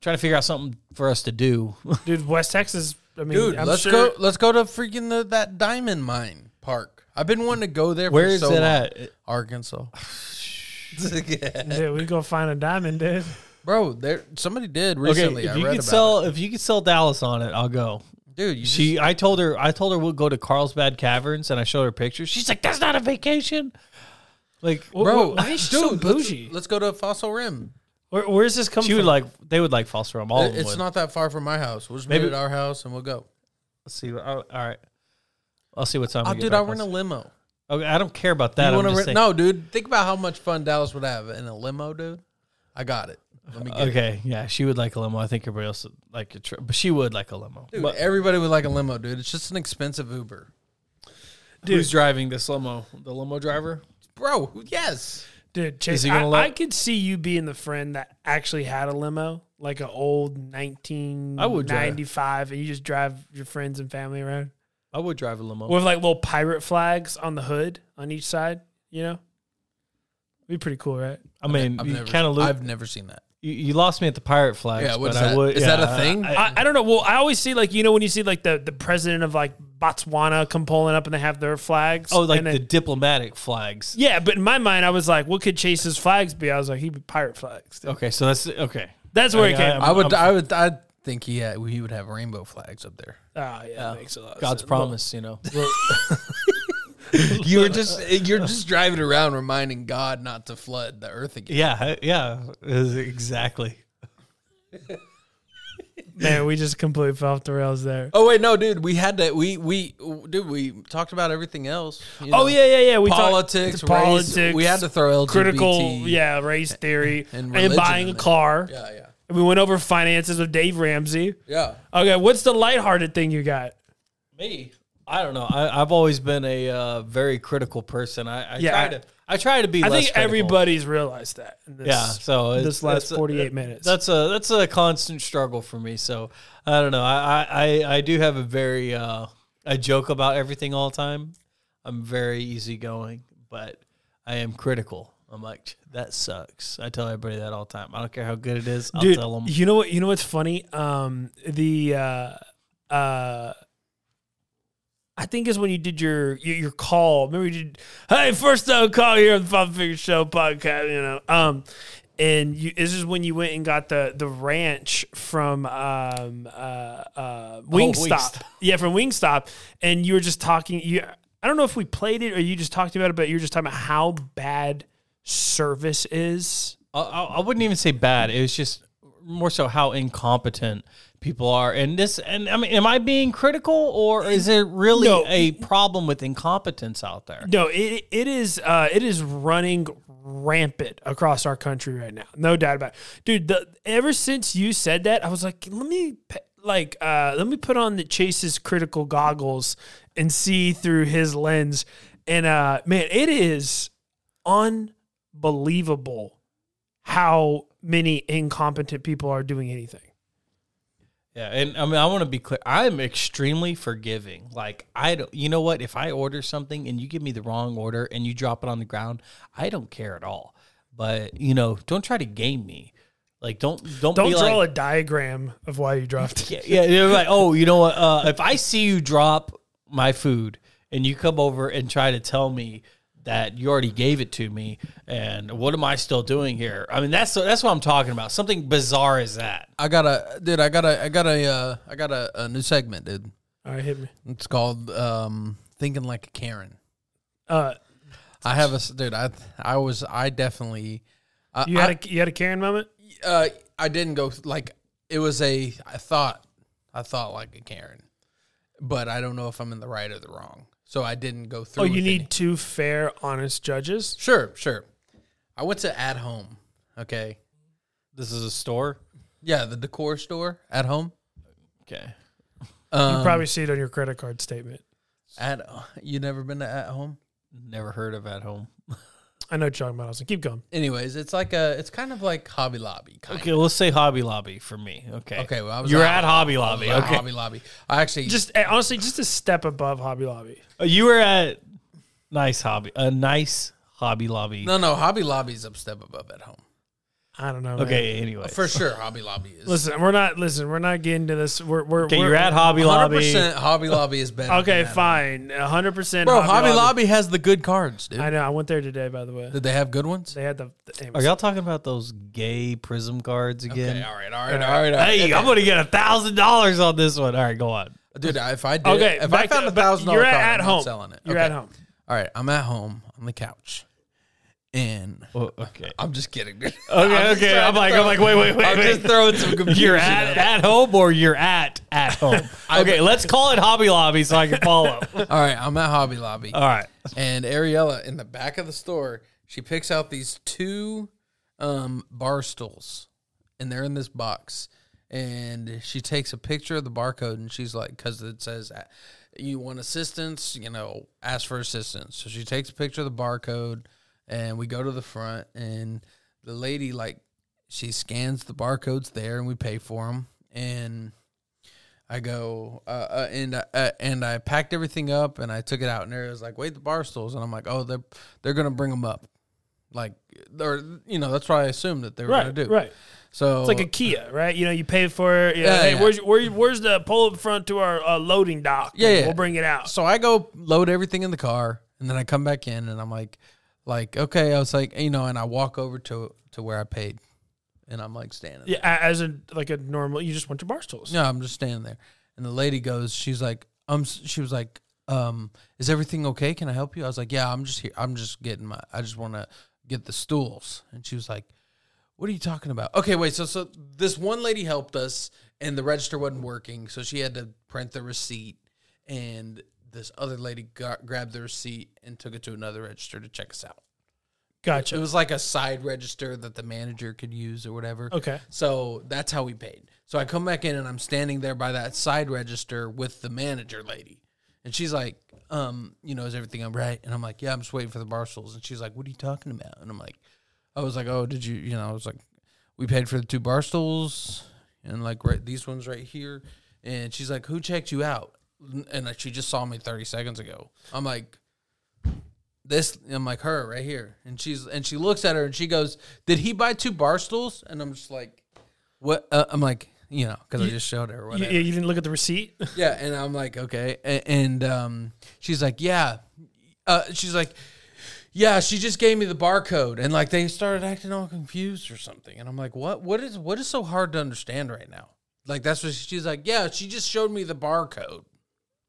Speaker 4: trying to figure out something for us to do.
Speaker 2: Dude, West Texas. I mean,
Speaker 1: Dude,
Speaker 2: I'm
Speaker 1: let's
Speaker 2: sure-
Speaker 1: go. Let's go to freaking the, that diamond mine park. I've been wanting to go there.
Speaker 4: Where
Speaker 1: for
Speaker 4: is
Speaker 1: so
Speaker 4: it
Speaker 1: long.
Speaker 4: at?
Speaker 1: Arkansas.
Speaker 2: Dude, we go find a diamond, dude.
Speaker 1: Bro, there somebody did
Speaker 4: Okay,
Speaker 1: recently.
Speaker 4: if
Speaker 1: I
Speaker 4: you
Speaker 1: read
Speaker 4: could
Speaker 1: about
Speaker 4: sell
Speaker 1: it.
Speaker 4: if you could sell Dallas on it, I'll go.
Speaker 1: Dude, you
Speaker 4: She, I told her, I told her we'll go to Carlsbad Caverns, and I showed her pictures. She's like, "That's not a vacation." Like,
Speaker 1: bro,
Speaker 2: why is she so
Speaker 1: dude,
Speaker 2: bougie?
Speaker 1: Let's, let's go to Fossil Rim.
Speaker 2: Where, where's this coming
Speaker 4: she would
Speaker 2: from?
Speaker 4: like, they would like Foster Home. All of them
Speaker 1: it's
Speaker 4: would.
Speaker 1: not that far from my house. We'll just meet
Speaker 4: Maybe-
Speaker 1: at our house and we'll go.
Speaker 4: Let's see. All all right, I'll see what time.
Speaker 1: Oh,
Speaker 4: we get
Speaker 1: dude,
Speaker 4: back
Speaker 1: I rent a
Speaker 4: once-
Speaker 1: limo.
Speaker 4: Okay, I don't care about that.
Speaker 1: You
Speaker 4: I'm
Speaker 1: want to rent?
Speaker 4: just saying-
Speaker 1: No, dude. Think about how much fun Dallas would have in a limo, dude. I got it. Let me get it.
Speaker 4: Okay, yeah, she would like a limo. I think everybody else would like a trip, but she would like a limo.
Speaker 1: Dude,
Speaker 4: But
Speaker 1: everybody would like a limo, dude. It's just an expensive Uber.
Speaker 4: who's driving this limo? The limo driver.
Speaker 1: Bro, who- yes.
Speaker 2: Dude, Chase,
Speaker 4: he gonna
Speaker 2: I,
Speaker 4: let-
Speaker 2: I could see you being the friend that actually had a limo, like an old
Speaker 4: I would drive.
Speaker 2: 1995, and you just drive your friends and family around
Speaker 4: I would drive a limo.
Speaker 2: with like little pirate flags on the hood on each side. You know, be pretty cool, right?
Speaker 4: I mean,
Speaker 1: I've
Speaker 4: you
Speaker 1: never,
Speaker 4: kind of look.
Speaker 1: I've never seen that.
Speaker 4: You, you lost me at the pirate flags.
Speaker 1: Yeah, what's
Speaker 4: but I
Speaker 1: that?
Speaker 4: would-
Speaker 1: Is
Speaker 4: yeah,
Speaker 1: that a thing?
Speaker 4: I-
Speaker 2: I, I don't know. Well, I always see like you know when you see like the the president of like Botswana come pulling up and they have their flags.
Speaker 4: oh, like
Speaker 2: and then-
Speaker 4: the diplomatic flags.
Speaker 2: yeah. But in my mind, I was like, what could Chase's flags be? I was like, he'd be pirate flags.
Speaker 4: Okay, so that's okay.
Speaker 2: That's where it
Speaker 4: Okay,
Speaker 2: came.
Speaker 4: I'm-
Speaker 1: I would. i would. I think he had, he would have rainbow flags up there.
Speaker 2: oh yeah, makes a lot. of
Speaker 4: God's
Speaker 2: sense.
Speaker 4: promise, you know.
Speaker 1: You were just. You're just driving around reminding God not to flood the earth again.
Speaker 4: yeah, yeah, is- exactly.
Speaker 2: Man, we just completely fell off the rails there.
Speaker 1: Oh wait, no, dude. We had to. We we dude. We talked about everything else. you know.
Speaker 2: Oh yeah, yeah, yeah. We talked-
Speaker 1: politics,
Speaker 2: the
Speaker 1: politics. we had to throw LGBT.
Speaker 2: critical, yeah, race theory,
Speaker 1: and
Speaker 2: and,
Speaker 1: religion
Speaker 2: buying
Speaker 1: in
Speaker 2: a
Speaker 1: there.
Speaker 2: car.
Speaker 1: Yeah, yeah,
Speaker 2: And We went over finances with Dave Ramsey.
Speaker 1: yeah.
Speaker 2: Okay, what's the lighthearted thing you got?
Speaker 4: Me, I don't know. I, I've always been a uh, very critical person. I, I
Speaker 2: Yeah,
Speaker 4: try
Speaker 2: I-
Speaker 4: to. I try to be.
Speaker 2: I
Speaker 4: less
Speaker 2: think
Speaker 4: critical.
Speaker 2: everybody's realized that. in this-
Speaker 4: Yeah, so it's-
Speaker 2: this last
Speaker 4: that's a-
Speaker 2: forty eight minutes.
Speaker 4: That's a that's a constant struggle for me. So I don't know. I I, I, I do have a very uh, I joke about everything all the time. I'm very easygoing, but I am critical. I'm like that sucks. I tell everybody that all the time. I don't care how good it is. I'll
Speaker 2: dude.
Speaker 4: tell them.
Speaker 2: You know what? You know what's funny? Um, the uh, uh, I think is when you did your your, your call. Remember you did? Hey, first time call here on the Five Figure Show podcast. You know, um, and you this is when you went and got the the ranch from um uh uh Wingstop.
Speaker 4: Wingstop.
Speaker 2: Yeah, from Wingstop, and you were just talking. You, I don't know if we played it or you just talked about it, but you were just talking about how bad service is.
Speaker 4: I, I I wouldn't even say bad. It was just more so how incompetent people are. And this and I mean, am I being critical or is there really
Speaker 2: No.
Speaker 4: a problem with incompetence out there?
Speaker 2: No, it it is uh, it is running rampant across our country right now. No doubt about it. Dude, the, ever since you said that, I was like, let me pe- like uh let me put on the Chase's critical goggles and see through his lens. And uh man, it is unbelievable how many incompetent people are doing anything.
Speaker 4: Yeah, and I mean, I want to be clear. I'm extremely forgiving. Like, I don't, you know what? If I order something and you give me the wrong order and you drop it on the ground, I don't care at all. But you know, don't try to game me. Like, don't don't
Speaker 2: Don't
Speaker 4: be
Speaker 2: draw
Speaker 4: like,
Speaker 2: a diagram of why you dropped it.
Speaker 4: yeah, yeah. They're like, oh, you know what? Uh, if I see you drop my food and you come over and try to tell me that you already gave it to me, and what am I still doing here? I mean, that's that's what I'm talking about. Something bizarre is that.
Speaker 1: I got a dude. I got a. I got a. Uh, I got a, a new segment, dude.
Speaker 2: All right, hit me.
Speaker 1: It's called um, "Thinking Like a Karen."
Speaker 2: Uh
Speaker 1: I have a s- dude. I I was. I definitely. uh, I,
Speaker 2: you had a you had a Karen moment?
Speaker 1: I, uh, I didn't go like it was a. I thought. I thought like a Karen, but I don't know if I'm in the right or the wrong. So I didn't go through.
Speaker 2: Oh, you
Speaker 1: with
Speaker 2: need
Speaker 1: any.
Speaker 2: two fair, honest judges.
Speaker 1: Sure, sure. I went to at home. Okay.
Speaker 4: This is a store.
Speaker 1: Yeah, the decor store at home.
Speaker 4: Okay.
Speaker 2: You
Speaker 1: Um,
Speaker 2: probably see it on your credit card statement.
Speaker 1: at you never been to at home.
Speaker 4: Never heard of at home.
Speaker 2: I know what you're talking about. I was like, keep going.
Speaker 1: Anyways, it's like a. It's kind of like Hobby Lobby. Kind
Speaker 4: Okay, let's say Hobby Lobby for me. Okay.
Speaker 1: Okay, well, I was
Speaker 4: you're
Speaker 1: at-
Speaker 4: at Hobby Lobby.
Speaker 1: Like
Speaker 4: okay.
Speaker 1: Hobby Lobby. I actually just
Speaker 2: Just eh, honestly, just a step above Hobby Lobby.
Speaker 4: You were at nice Hobby, a nice Hobby Lobby.
Speaker 1: no no Hobby Lobby's up step above at home
Speaker 2: I don't know. man.
Speaker 4: okay. Anyway,
Speaker 1: for sure. Hobby Lobby is
Speaker 2: Listen, we're not. Listen, we're not getting to this. We're we're.
Speaker 4: okay,
Speaker 2: we're-
Speaker 4: you're at Hobby
Speaker 1: hundred
Speaker 4: Lobby.
Speaker 1: percent. Hobby Lobby is better.
Speaker 2: Okay,
Speaker 1: than at home.
Speaker 2: fine. hundred percent.
Speaker 1: Bro, Hobby, Lobby. has the good cards, dude.
Speaker 2: I know. I went there today. By the way,
Speaker 1: Did they have good ones?
Speaker 2: they had the. the
Speaker 4: Are y'all talking about those gay prism cards again?
Speaker 1: Okay, all right, all right, all right. All right.
Speaker 4: Hey, I'm gonna get a thousand dollars on this one. All right, go on.
Speaker 1: dude, if I did,
Speaker 2: Okay,
Speaker 1: if I
Speaker 2: back to-
Speaker 1: found a
Speaker 2: but
Speaker 1: thousand dollar
Speaker 2: you're
Speaker 1: card,
Speaker 2: at
Speaker 1: I'm not
Speaker 2: home.
Speaker 1: selling it.
Speaker 2: You're
Speaker 1: Okay.
Speaker 2: at home.
Speaker 1: All right, I'm at home on the couch, and
Speaker 4: Oh, okay.
Speaker 1: I'm just kidding. dude.
Speaker 4: Okay,
Speaker 1: I'm just
Speaker 4: okay.
Speaker 1: trying
Speaker 4: I'm
Speaker 1: to
Speaker 4: like,
Speaker 1: throw-
Speaker 4: I'm like, wait, wait, wait.
Speaker 1: I'm
Speaker 4: wait.
Speaker 1: just throwing some confusion.
Speaker 4: You're
Speaker 1: out.
Speaker 4: at, at home or you're at at home. Okay, let's call it Hobby Lobby so I can follow.
Speaker 1: All right, I'm at Hobby
Speaker 2: Oh.
Speaker 1: Lobby.
Speaker 4: All right.
Speaker 1: and Ariella in the back of the store, she picks out these two um, bar stools, and they're in this box. And she takes a picture of the barcode, and she's like, because it says, uh, "You want assistance? You know, ask for assistance." So she takes a picture of the barcode, and we go to the front, and the lady like she scans the barcodes there, and we pay for them, and I go uh, uh, and uh, and I packed everything up and I took it out and there was like wait the bar stools and I'm like oh they're they're gonna bring them up like or you know that's what I assumed that they were
Speaker 2: Right.
Speaker 1: gonna do
Speaker 2: Right.
Speaker 1: so
Speaker 2: It's like a Kia, right? You know, you pay for it. You know,
Speaker 1: Yeah,
Speaker 2: hey,
Speaker 1: yeah.
Speaker 2: where's where, where's the pull up front to our uh, loading dock?
Speaker 1: Yeah, yeah.
Speaker 2: We'll bring it out.
Speaker 1: uh, so I go load everything in the car and then I come back in and I'm like like okay I was like you know and I walk over to to where I paid and I'm like standing
Speaker 2: Yeah, a- as a like a normal, you just went to barstools.
Speaker 1: No, I'm just standing there. And the lady goes, she's like, um, she was like, um, is everything okay? Can I help you? I was like, yeah, I'm just here. I'm just getting my, I just want to get the stools. And she was like, what are you talking about? Okay, wait. So, so this one lady helped us, and the register wasn't working, so she had to print the receipt, and this other lady got, grabbed the receipt and took it to another register to check us out. It
Speaker 2: Gotcha.
Speaker 1: was like a side register that the manager could use or whatever.
Speaker 2: Okay.
Speaker 1: So that's how we paid. So I come back in and I'm standing there by that side register with the manager lady. And she's like, um, you know, is everything all right? And I'm like, yeah, I'm just waiting for the barstools. And she's like, what are you talking about? And I'm like, I was like, oh, did you, you know, I was like, we paid for the two barstools and like right, these ones right here. And she's like, who checked you out? And like, she just saw me 30 seconds ago. I'm like, this I'm like her right here, and she's and she looks at her and she goes, "Did he buy two bar stools?" And I'm just like, "What?" Uh, I'm like, you know, because I just showed her.
Speaker 2: You,
Speaker 1: Whatever.
Speaker 2: you didn't look at the receipt.
Speaker 1: Yeah, and I'm like, okay, and, and um, she's like, yeah, uh, she's like, yeah, she just gave me the barcode, and like they started acting all confused or something, and I'm like, what? What is what is so hard to understand right now? Like that's what she's like, yeah, she just showed me the barcode,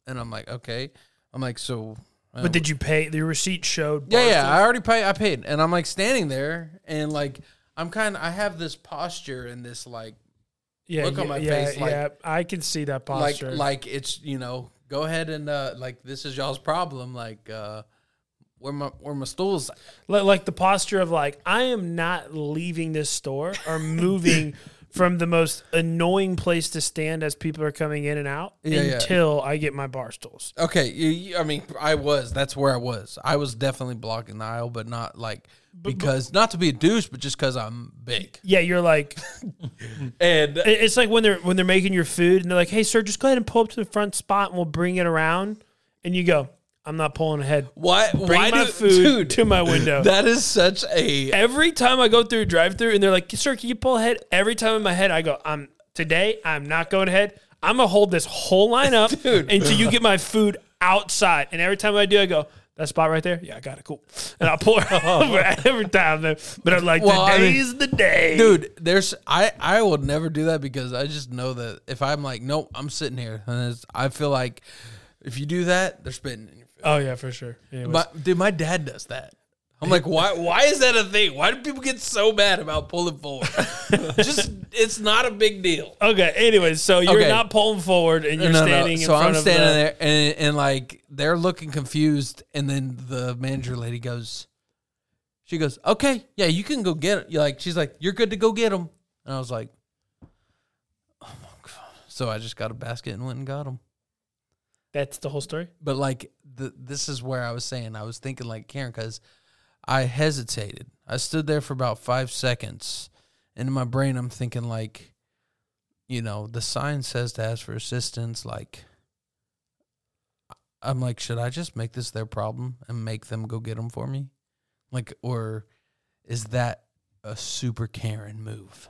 Speaker 1: and I'm like, okay, I'm like, so, uh,
Speaker 2: But did you pay? The receipt showed.
Speaker 1: yeah, yeah.
Speaker 2: Barstool.
Speaker 1: I already paid. I paid, and I'm like standing there, and like I'm kind. of I have this posture and this like,
Speaker 2: yeah.
Speaker 1: Look on my face, like-
Speaker 2: I can see that posture.
Speaker 1: like, like it's you know, go ahead and uh, like this is y'all's problem. Like, uh, where my where my stool's at.
Speaker 2: Li- like the posture of like I am not leaving this store or moving from the most annoying place to stand as people are coming in and out
Speaker 1: Yeah, yeah.
Speaker 2: until I get my bar stools.
Speaker 1: Okay, you, you, I mean, I was. That's where I was. I was definitely blocking the aisle, but not like because not to be a douche, but just because I'm big.
Speaker 2: Yeah, you're like
Speaker 1: And
Speaker 2: it- it's like when they're when they're making your food and they're like, "Hey, sir, just go ahead and pull up to the front spot and we'll bring it around." And you go, "I'm not pulling ahead.
Speaker 1: why?
Speaker 2: Bring
Speaker 1: why
Speaker 2: my
Speaker 1: do,
Speaker 2: food
Speaker 1: dude,
Speaker 2: to my window."
Speaker 1: That is such a
Speaker 2: every time I go through a drive through and they're like, sir, can you pull ahead? Every time in my head, I go, I'm today, I'm not going ahead. I'm gonna hold this whole line up until you get my food outside. And every time I do, I go, that spot right there, yeah, I got it, cool. And I'll pull it over every time. though. But I'm like,
Speaker 1: Well, I mean-
Speaker 2: today's the day,
Speaker 1: dude. There's I I will never do that because I just know that if I'm like nope, I'm sitting here, and it's, I feel like if you do that, they're spitting in your face.
Speaker 2: Oh yeah, for sure. Anyways.
Speaker 1: My, dude, my dad does that. I'm like, why? Why is that a thing? Why do people get so mad about pulling forward? just it's not a big deal.
Speaker 2: okay. Anyways, so you're
Speaker 1: Okay.
Speaker 2: not pulling forward and you're
Speaker 1: No, no,
Speaker 2: standing in
Speaker 1: So
Speaker 2: front
Speaker 1: I'm
Speaker 2: of
Speaker 1: standing
Speaker 2: the-
Speaker 1: there, and, and like they're looking confused, and then the manager lady goes, she goes, okay, yeah, you can go get it. You're like she's like, you're good to go get them, and I was like, oh my god. So I just got a basket and went and got them.
Speaker 2: That's the whole story.
Speaker 1: But like the, this is where I was saying I was thinking like Karen because I hesitated. I stood there for about five seconds, and in my brain I'm thinking like, you know, the sign says to ask for assistance. Like, I'm like, should I just make this their problem and make them go get them for me? Like, or is that a super Karen move?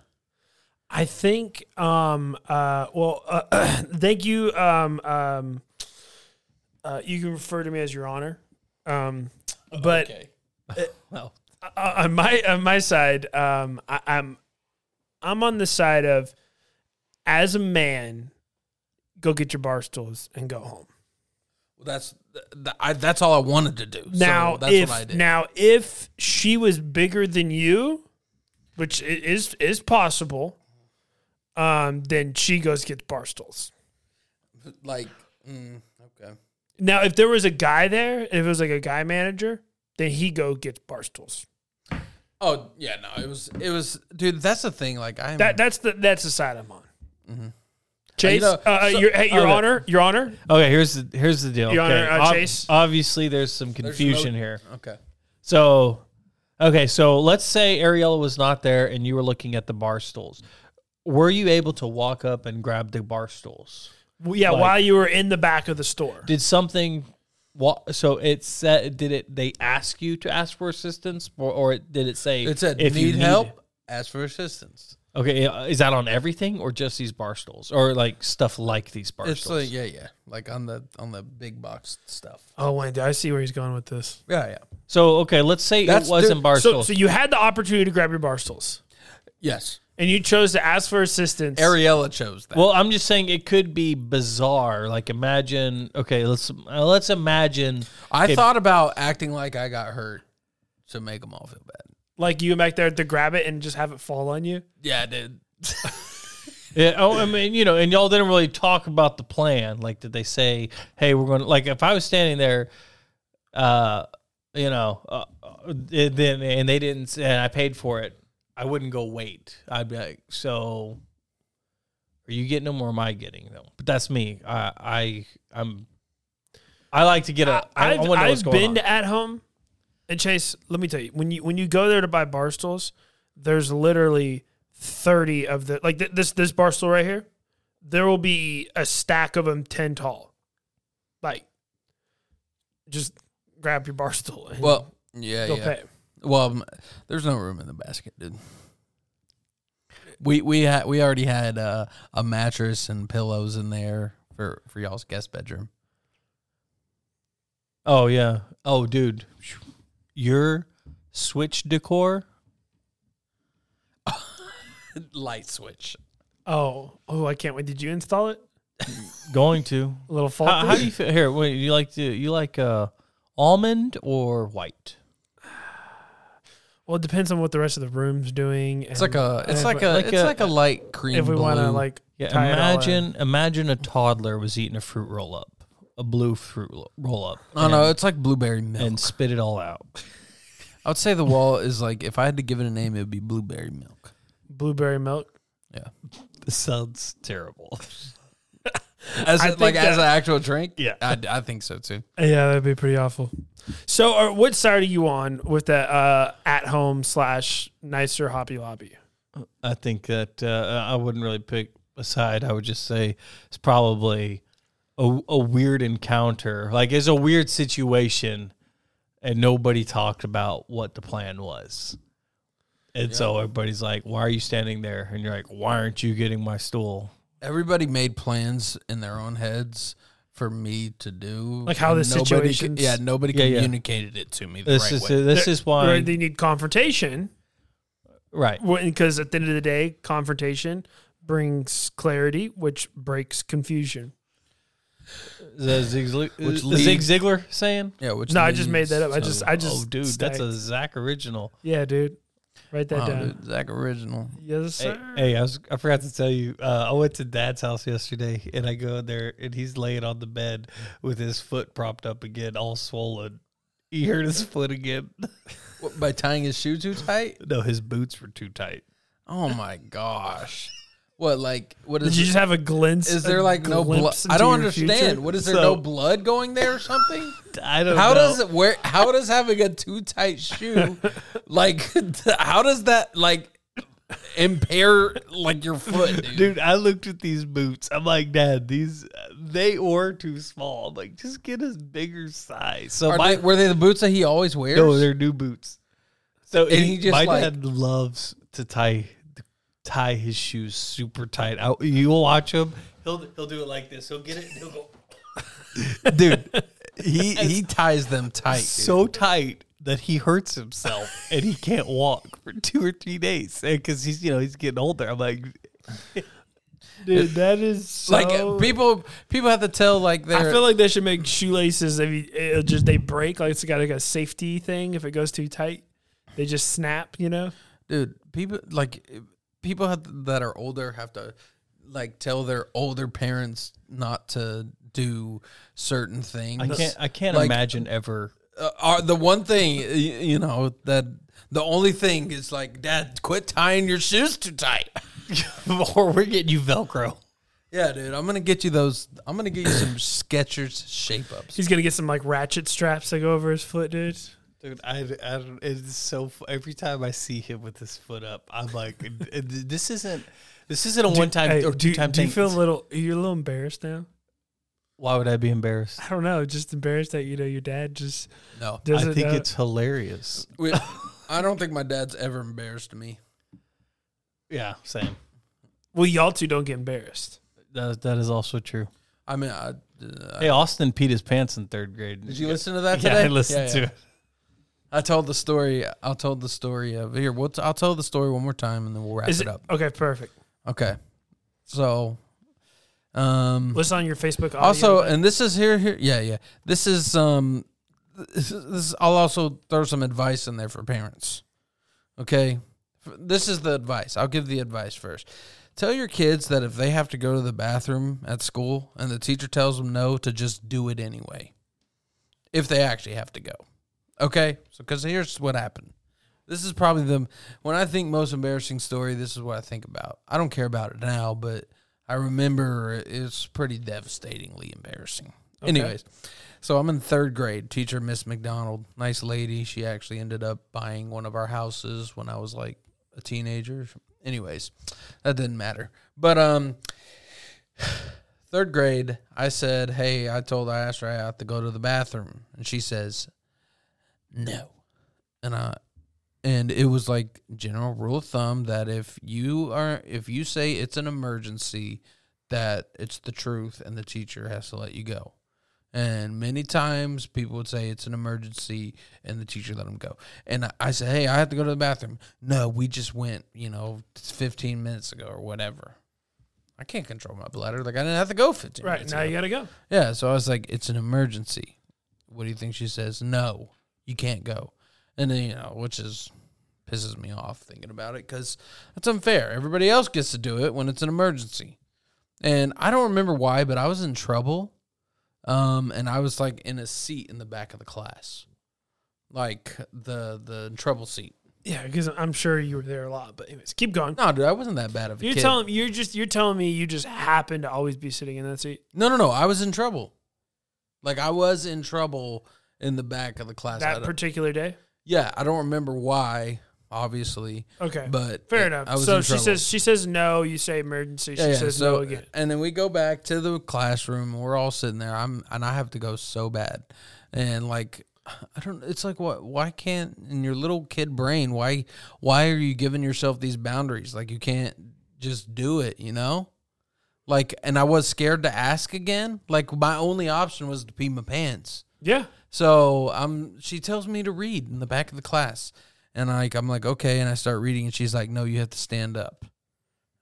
Speaker 2: I think. Um. Uh. Well. Uh, thank you. Um. Um. Uh, you can refer to me as your honor. Um. But
Speaker 4: Well,
Speaker 2: uh, on my on my side, um, I, I'm I'm on the side of as a man, go get your bar stools and go home.
Speaker 1: Well, that's th- th- I, that's all I wanted to do.
Speaker 2: Now,
Speaker 1: so that's
Speaker 2: if
Speaker 1: what I did.
Speaker 2: now if she was bigger than you, which i- is is possible, um, then she goes get the bar stools.
Speaker 1: like, mm, okay.
Speaker 2: Now, if there was a guy there, if it was like a guy manager, then he go gets barstools.
Speaker 1: Oh yeah, no, it was it was, dude. That's the thing. Like I'm
Speaker 2: That that's the that's the side I'm on. Chase,
Speaker 1: You know,
Speaker 2: uh, uh,
Speaker 1: so-
Speaker 2: your, hey, your
Speaker 4: okay.
Speaker 2: honor, your honor.
Speaker 4: okay. Here's the here's the deal.
Speaker 2: Your
Speaker 4: okay,
Speaker 2: Honor, uh, Chase?
Speaker 4: Obviously, there's some
Speaker 1: there's
Speaker 4: confusion
Speaker 1: no-
Speaker 4: here.
Speaker 1: Okay,
Speaker 4: So, okay, so let's say Ariella was not there and you were looking at the bar stools. Were you able to walk up and grab the bar stools?
Speaker 2: Well, Yeah,
Speaker 4: Like-
Speaker 2: while you were in the back of the store,
Speaker 4: Did something? wa- So it said, did it? They ask you to ask for assistance, or, or it- did it say
Speaker 1: it said
Speaker 4: if you
Speaker 1: need help, ask for assistance.
Speaker 4: Okay, uh, is that on everything or just these bar stools or like stuff like these bar
Speaker 1: It's
Speaker 4: stools?
Speaker 1: like yeah, yeah, like on the on the big box stuff.
Speaker 2: oh, wait, I see where he's going with this.
Speaker 1: Yeah, yeah,
Speaker 4: so okay, let's say it
Speaker 1: That's-
Speaker 4: wasn't
Speaker 1: dude,
Speaker 4: bar
Speaker 2: So,
Speaker 4: stools.
Speaker 2: so you had the opportunity to grab your barstools,
Speaker 1: yes.
Speaker 2: and you chose to ask for assistance.
Speaker 1: Ariella chose that.
Speaker 4: Well, I'm just saying it could be bizarre. Like imagine, okay, let's uh, let's imagine
Speaker 1: I
Speaker 4: it-
Speaker 1: thought about acting like I got hurt to make them all feel bad.
Speaker 2: like you went back there to grab it and just have it fall on you.
Speaker 1: Yeah, dude.
Speaker 4: Yeah, oh, I mean, you know, and y'all didn't really talk about the plan. Like, did they say, "Hey, we're going to"? Like, if I was standing there, uh, you know, uh, uh, it- then and they didn't, s- and I paid for it, I wouldn't go wait. I'd be like, "So, are you getting them or am I getting them?" But that's me. I, I, I'm. I like to get a. I, I
Speaker 2: I've,
Speaker 4: want to know what's
Speaker 2: I've
Speaker 4: going
Speaker 2: been
Speaker 4: on.
Speaker 2: to at home, and Chase. Let me tell you, when you when you go there to buy bar stools, there's literally thirty of the like th- this this bar stool right here. There will be a stack of them ten tall. Like, just grab your bar stool and
Speaker 1: Well, yeah,
Speaker 2: go
Speaker 1: yeah.
Speaker 2: pay.
Speaker 1: Well, m- there's no room in the basket, dude. We we had we already had uh, a mattress and pillows in there for for y'all's guest bedroom.
Speaker 4: oh yeah. Oh, dude, your switch decor.
Speaker 1: Light switch.
Speaker 2: Oh, oh, I can't wait. Did you install it?
Speaker 4: Going to
Speaker 2: A little fault.
Speaker 4: How, how do you feel here? Wait, you like to you like uh, almond or white?
Speaker 2: well, it depends on what the rest of the room's doing.
Speaker 1: It's like a it's like a
Speaker 4: like
Speaker 1: it's
Speaker 4: a-
Speaker 1: like a light cream.
Speaker 2: if we want to
Speaker 1: blue.
Speaker 2: like
Speaker 4: Yeah,
Speaker 2: tie it all in.
Speaker 4: imagine imagine a toddler was eating a fruit roll up. a blue fruit lo- roll up
Speaker 2: Oh.
Speaker 1: No, Oh, no, it's like blueberry milk.
Speaker 4: and spit it all out.
Speaker 1: I would say the wall is like if I had to give it a name, it would be blueberry milk.
Speaker 2: Blueberry milk.
Speaker 4: This sounds terrible.
Speaker 1: As
Speaker 2: I
Speaker 1: a,
Speaker 2: think
Speaker 1: like as
Speaker 2: that-
Speaker 1: an actual drink,
Speaker 4: Yeah.
Speaker 1: I, I think so too.
Speaker 2: Yeah, that'd be pretty awful. So, uh, what side are you on with the uh, at home slash nicer Hoppy Lobby?
Speaker 4: I think that uh, I wouldn't really pick a side. I would just say it's probably a, a weird encounter. Like it's a weird situation, and nobody talked about what the plan was. And so everybody's like, "Why are you standing there?" And you're like, "Why aren't you getting my stool?"
Speaker 1: Everybody made plans in their own heads for me to do,
Speaker 2: Like how the
Speaker 1: and nobody co-
Speaker 2: situations-
Speaker 1: Yeah, nobody
Speaker 4: Yeah, yeah.
Speaker 1: communicated it to me the
Speaker 4: This
Speaker 1: right
Speaker 4: is
Speaker 1: way.
Speaker 4: this is why
Speaker 2: Where they need confrontation
Speaker 4: right.
Speaker 2: because at the end of the day, confrontation brings clarity, which breaks confusion.
Speaker 4: The Zig, Zig-
Speaker 1: Which
Speaker 4: the Zig
Speaker 1: leads-
Speaker 4: Ziglar saying?
Speaker 1: yeah, which
Speaker 2: No, I just made
Speaker 1: leads
Speaker 2: that up. I
Speaker 1: to-
Speaker 2: just, I just,
Speaker 4: oh, dude, that's a Zach original.
Speaker 2: yeah, dude. Write that
Speaker 1: wow,
Speaker 2: down.
Speaker 1: Oh, dude, Zach original.
Speaker 2: Yes,
Speaker 4: Hey,
Speaker 2: sir.
Speaker 4: hey, I was I forgot to tell you. Uh, I went to Dad's house yesterday, and I go in there, and he's laying on the bed with his foot propped up again, all swollen. He hurt his foot again.
Speaker 1: What, by tying his shoe too tight.
Speaker 4: no, his boots were too tight.
Speaker 1: Oh my gosh! What like what
Speaker 2: Did
Speaker 1: is?
Speaker 2: you just have a glimpse?
Speaker 1: is there
Speaker 2: a
Speaker 1: like no blood?
Speaker 2: glimpse
Speaker 1: I don't
Speaker 2: into your
Speaker 1: understand.
Speaker 2: future?
Speaker 1: What is there?
Speaker 4: So-
Speaker 1: no blood going there or something?
Speaker 4: I don't.
Speaker 1: How
Speaker 4: know.
Speaker 1: does it wear? How does having a too tight shoe, like, how does that like impair like your foot, dude?
Speaker 4: Dude, I looked at these boots. I'm like, Dad, these they were too small. I'm like, just get a bigger size. So
Speaker 1: Are
Speaker 4: my
Speaker 1: they, were they the boots that he always wears?
Speaker 4: No, they're new boots. So
Speaker 1: And he just,
Speaker 4: my
Speaker 1: like-
Speaker 4: dad loves to tie tie his shoes super tight. I, you'll watch him. He'll he'll do it like this. He'll get it. And he'll go
Speaker 1: dude. He he ties them tight. dude.
Speaker 4: so tight that he hurts himself and he can't walk for two or three days because he's you know he's getting older. I'm like,
Speaker 2: dude? That is so,
Speaker 1: like people people have to tell like
Speaker 2: I
Speaker 1: their
Speaker 2: feel like they should make shoelaces. If you, it'll just they break. Like it's got like a safety thing. If it goes too tight, they just snap. You know.
Speaker 1: dude people like people have, that are older have to like tell their older parents not to do certain things.
Speaker 4: I can't I can't
Speaker 1: Like-
Speaker 4: imagine ever.
Speaker 1: uh, are the one thing y- you know that the only thing is like dad quit tying your shoes too tight
Speaker 4: or we're getting you Velcro.
Speaker 1: yeah dude i'm gonna get you those i'm gonna get you some sketchers shape ups
Speaker 2: He's gonna get some like ratchet straps that go over his foot, dude.
Speaker 4: Dude, I, I don't. It's so. fu- Every time I see him with his foot up, I'm like, this isn't. This isn't a one time
Speaker 2: Hey,
Speaker 4: or
Speaker 2: do,
Speaker 4: two time
Speaker 2: do
Speaker 4: thing.
Speaker 2: you feel a little? You're a little embarrassed now.
Speaker 4: Why would I be embarrassed?
Speaker 2: I don't know. Just embarrassed that you know your dad just
Speaker 1: no
Speaker 2: doesn't.
Speaker 4: I think
Speaker 2: know.
Speaker 4: it's hilarious.
Speaker 1: We- i don't think my dad's ever embarrassed me
Speaker 4: Yeah, same.
Speaker 2: well, y'all two don't get embarrassed.
Speaker 4: That, that is also true.
Speaker 1: i mean i uh,
Speaker 4: Hey, Austin peed his pants in third grade.
Speaker 1: did you listen to that
Speaker 4: Yeah,
Speaker 1: today?
Speaker 4: I listened
Speaker 1: Yeah, yeah.
Speaker 4: to it.
Speaker 1: I told the story. I'll tell the story of here. We'll t- I'll tell the story one more time, and then we'll wrap
Speaker 2: Is
Speaker 1: it
Speaker 2: it
Speaker 1: up.
Speaker 2: okay? Perfect.
Speaker 1: Okay. So, um,
Speaker 2: What's on your Facebook? Audio,
Speaker 1: also
Speaker 2: but-
Speaker 1: and this is here here yeah yeah this is um this is, this is- i'll also throw some advice in there for parents okay F- this is the advice i'll give the advice first tell your kids that if they have to go to the bathroom at school and the teacher tells them no to just do it anyway if they actually have to go okay so because here's what happened this is probably the when I think most embarrassing story. This is what I think about. I don't care about it now, but I remember it's pretty devastatingly embarrassing. Anyways, so I'm in third grade. Teacher Miss McDonald, nice lady. She actually ended up buying one of our houses when I was like a teenager. Anyways, that didn't matter. But um, third grade, I said, "Hey," I told I asked her I have to go to the bathroom, and she says, "No," and I and it was like general rule of thumb that if you are if you say it's an emergency that it's the truth and the teacher has to let you go and many times people would say it's an emergency and the teacher let them go and I- i said hey i have to go to the bathroom no we just went you know 15 minutes ago or whatever i can't control my bladder like i didn't have to go 15
Speaker 2: right
Speaker 1: minutes
Speaker 2: now,
Speaker 1: ago.
Speaker 2: you gotta go.
Speaker 1: Yeah, so I was like, it's an emergency. What do you think she says? No, you can't go. And then, you know, which is pisses me off thinking about it because that's unfair. Everybody else gets to do it when it's an emergency. And I don't remember why, but I was in trouble um, and I was like in a seat in the back of the class, like the the trouble seat.
Speaker 2: Yeah, because I'm sure you were there a lot. But anyways, keep going.
Speaker 1: No, dude, I wasn't that bad of a
Speaker 2: you're
Speaker 1: kid.
Speaker 2: telling you're just you're telling me you just happen to always be sitting in that seat.
Speaker 1: no, no, no, I was in trouble. Like I was in trouble in the back of the class. I
Speaker 2: That
Speaker 1: don't-
Speaker 2: particular day.
Speaker 1: yeah, I don't remember why, obviously,
Speaker 2: Okay,
Speaker 1: but
Speaker 2: fair
Speaker 1: I-
Speaker 2: enough.
Speaker 1: I was
Speaker 2: so
Speaker 1: in
Speaker 2: she
Speaker 1: trouble.
Speaker 2: says she says no. You say emergency. She says no again.
Speaker 1: And then we go back to the classroom. We're all sitting there. I'm and I have to go so bad, and like I don't. It's like what? Why can't in your little kid brain? Why why are you giving yourself these boundaries? Like you can't just do it. You know. Like and I was scared to ask again. Like my only option was to pee my pants.
Speaker 2: Yeah,
Speaker 1: So um, she tells me to read in the back of the class, and like I'm like okay, and I start reading, and she's like, no, you have to stand up,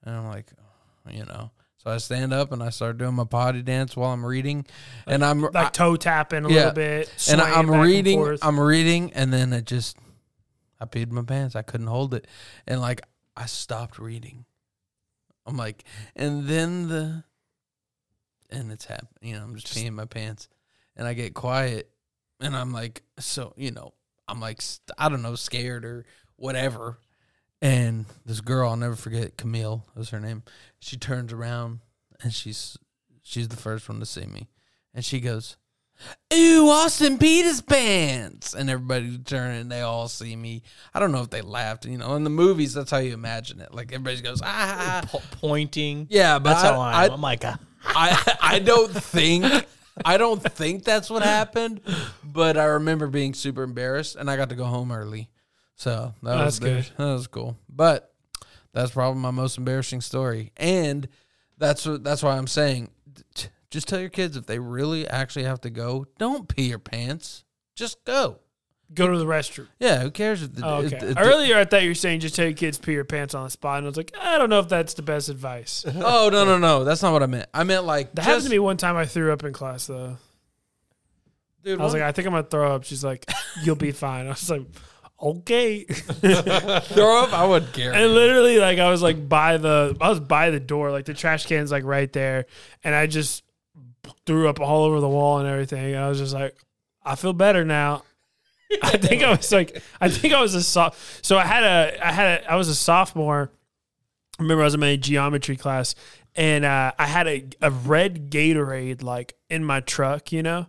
Speaker 1: and I'm like, oh, you know. So I stand up and I start doing my potty dance while I'm reading, and I'm
Speaker 2: like toe tapping a
Speaker 1: Yeah.
Speaker 2: little bit.
Speaker 1: I, and
Speaker 2: swaying
Speaker 1: I'm
Speaker 2: back and
Speaker 1: reading,
Speaker 2: forth.
Speaker 1: I'm reading, and then it just, I peed my pants. I couldn't hold it, and like I stopped reading. I'm like, and then the, and it's happening. You know, I'm just peeing my pants, and I get quiet, and I'm like, so you know, I'm like, st- I don't know, scared or whatever. And this girl, I'll never forget, Camille was her name. She turns around and she's she's the first one to see me, and she goes, "Ooh, Austin Peters pants!" And everybody turns and they all see me. I don't know if they laughed, you know. In the movies, that's how you imagine it. Like everybody goes, "Ah."
Speaker 4: Po- pointing.
Speaker 1: Yeah, but
Speaker 4: that's
Speaker 1: I-
Speaker 4: how I, am.
Speaker 1: I-
Speaker 4: I'm like, ah.
Speaker 1: I I don't think I don't think that's what happened, but I remember being super embarrassed, and I got to go home early, so that
Speaker 2: That's
Speaker 1: was good.
Speaker 2: good.
Speaker 1: That was cool, but that's probably my most embarrassing story, and that's what that's why I'm saying, t- just tell your kids if they really actually have to go, don't pee your pants, just go.
Speaker 2: go to the restroom.
Speaker 1: Yeah, who cares if the
Speaker 2: Oh,
Speaker 1: if-
Speaker 2: okay.
Speaker 1: if-
Speaker 2: Earlier, I thought you were saying just take kids pee your pants on the spot, and I was like, I don't know if that's the best advice. That
Speaker 1: Oh no no no, that's not what I meant. I meant like
Speaker 2: happened
Speaker 1: just,
Speaker 2: to me one time. I threw up in class though.
Speaker 1: dude,
Speaker 2: I was
Speaker 1: one-
Speaker 2: like, I think I'm gonna throw up. She's like, You'll be fine. I was like, Okay.
Speaker 1: throw up. I wouldn't care.
Speaker 2: And literally, like, I was like by the, I was by the door, like the trash can's like right there, and I just threw up all over the wall and everything. And I was just like, I feel better now. I think I was like, I think I was a so. So I had a, I had a, I was a sophomore. I remember I was in my geometry class, and uh, I had a, a red Gatorade like in my truck, you know.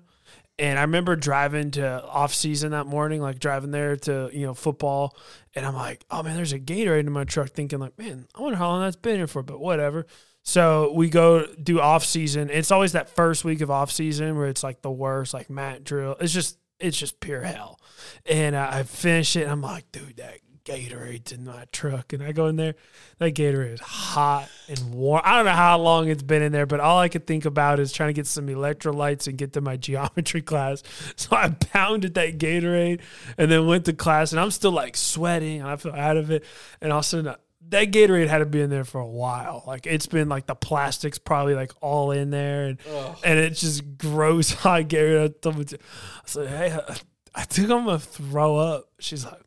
Speaker 2: And I remember driving to off season that morning, like driving there to you know football, and I'm like, oh man, there's a Gatorade in my truck. Thinking like, man, I wonder how long that's been here for, but whatever. So we go do off season. It's always that first week of off season where it's like the worst, like mat drill. It's just it's just pure hell. And uh, I finish it. And I'm like, dude, that Gatorade's in my truck, and I go in there. That Gatorade is hot and warm. I don't know how long it's been in there, but all I could think about is trying to get some electrolytes and get to my geometry class. So I pounded that Gatorade and then went to class, and I'm still like sweating and I feel out of it. And all of a sudden, uh, that Gatorade had to be in there for a while. Like it's been like the plastics probably like all in there, and and it's just gross hot Gatorade. I told my t- I said, hey, uh, I, I think I'm gonna throw up. She's like,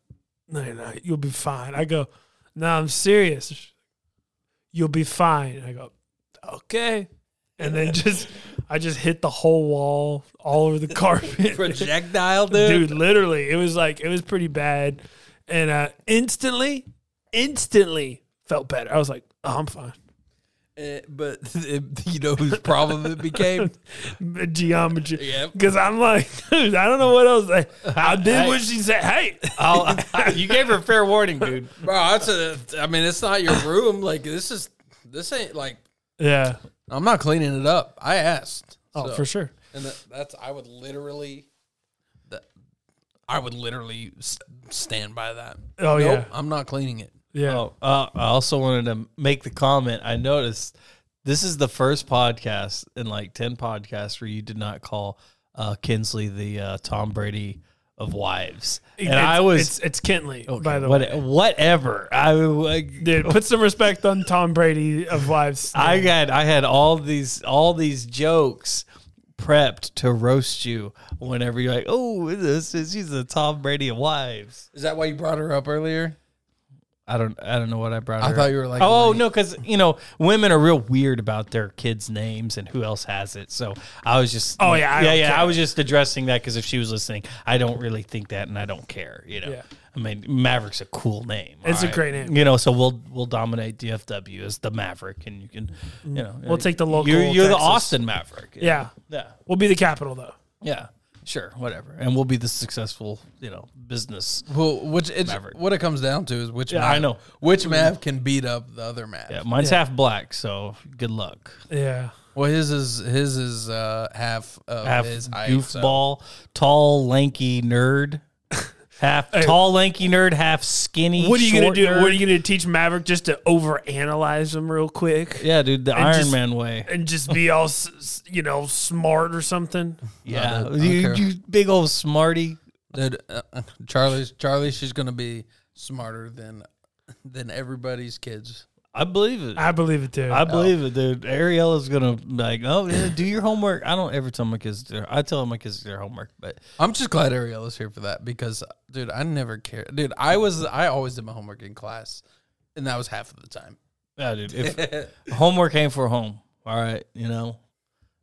Speaker 2: no, no, no, you'll be fine. I go, no, I'm serious. She's like, You'll be fine. I go, okay. And then just, I just hit the whole wall, all over the carpet
Speaker 1: projectile,
Speaker 2: dude. Literally, it was like it was pretty bad, and uh, instantly, instantly felt better. I was like, oh, I'm fine.
Speaker 1: Eh, but you know whose problem it became?
Speaker 2: Geometry,
Speaker 1: Yep.
Speaker 2: because I'm like, dude, I don't know what else. I, I did what she said. Hey,
Speaker 4: I'll, Ah, you gave her fair warning, dude.
Speaker 1: Bro, that's a, I mean, it's not your room. Like, this is, this ain't like,
Speaker 2: yeah,
Speaker 1: I'm not cleaning it up. I asked.
Speaker 2: oh
Speaker 1: So-
Speaker 2: for sure.
Speaker 1: And that, that's, I would literally, that, I would literally s- stand by that.
Speaker 2: Oh, yeah.
Speaker 1: I'm not cleaning it.
Speaker 2: Yeah,
Speaker 4: Oh, uh, I also wanted to make the comment. I noticed this is the first podcast in like ten podcasts where you did not call uh, Kinsley the uh, Tom Brady of wives, and
Speaker 2: It's-
Speaker 4: I was
Speaker 2: it's, it's Kentley by the way.
Speaker 4: what, whatever. I like,
Speaker 2: Dude, put some respect on Tom Brady of wives.
Speaker 4: I got I had all these all these jokes prepped to roast you whenever you're like, oh, this is she's the Tom Brady of wives.
Speaker 1: Is that why you brought her up earlier?
Speaker 4: I don't. I don't know what I brought.
Speaker 1: I
Speaker 4: her
Speaker 1: thought
Speaker 4: up.
Speaker 1: you were like,
Speaker 4: oh
Speaker 1: wait.
Speaker 4: no, because you know women are real weird about their kids' names and who else has it. So I was just.
Speaker 2: Oh, yeah, I
Speaker 4: yeah,
Speaker 2: don't
Speaker 4: yeah.
Speaker 2: care.
Speaker 4: I was just addressing that because if she was listening, I don't really think that, and I don't care. You know.
Speaker 2: Yeah.
Speaker 4: I mean, Maverick's a cool name.
Speaker 2: It's a
Speaker 4: alright?
Speaker 2: great name.
Speaker 4: You know, so we'll we'll dominate DFW as the Maverick, and you can, you know,
Speaker 2: Mm-hmm. We'll take the local
Speaker 4: You're, you're the
Speaker 2: Texas.
Speaker 4: Austin Maverick. you
Speaker 2: Yeah.
Speaker 4: know? Yeah.
Speaker 2: We'll be the capital though.
Speaker 4: Yeah. Sure. Whatever. And we'll be the successful, you know, business.
Speaker 1: Well, which it's,
Speaker 4: Maverick.
Speaker 1: what it comes down to is which
Speaker 4: Yeah,
Speaker 1: Mav,
Speaker 4: I know.
Speaker 1: which Mav can beat up the other Mav.
Speaker 4: Yeah. Mine's half black, so good luck.
Speaker 2: Yeah.
Speaker 1: Well, his is his is uh, half of
Speaker 4: half
Speaker 1: his height, so-
Speaker 4: goofball, tall, lanky nerd. Half tall, lanky nerd, half skinny.
Speaker 2: What are you gonna
Speaker 4: short
Speaker 2: do?
Speaker 4: nerd.
Speaker 2: What are you gonna teach Maverick just to overanalyze them real quick
Speaker 4: yeah, dude, the Iron
Speaker 2: just-
Speaker 4: Man way.
Speaker 2: and just be all s- s- you know smart or something?
Speaker 4: Yeah,
Speaker 1: dude, I don't
Speaker 4: you,
Speaker 1: care.
Speaker 4: you big old smarty.
Speaker 1: Dude, uh, uh, Charlie's Charlie. She's gonna be smarter than than everybody's kids.
Speaker 4: I believe it. I,
Speaker 2: I believe it too.
Speaker 4: believe it, dude. Ariella's gonna be like, oh, yeah, do your homework. I don't ever tell my kids to do. I tell my kids to do their homework, but
Speaker 1: I'm just glad Ariella's here for that because, dude, I never cared. Dude, I was I always did my homework in class, and that was half of the time.
Speaker 4: yeah, dude, if homework ain't for home, all right, you know,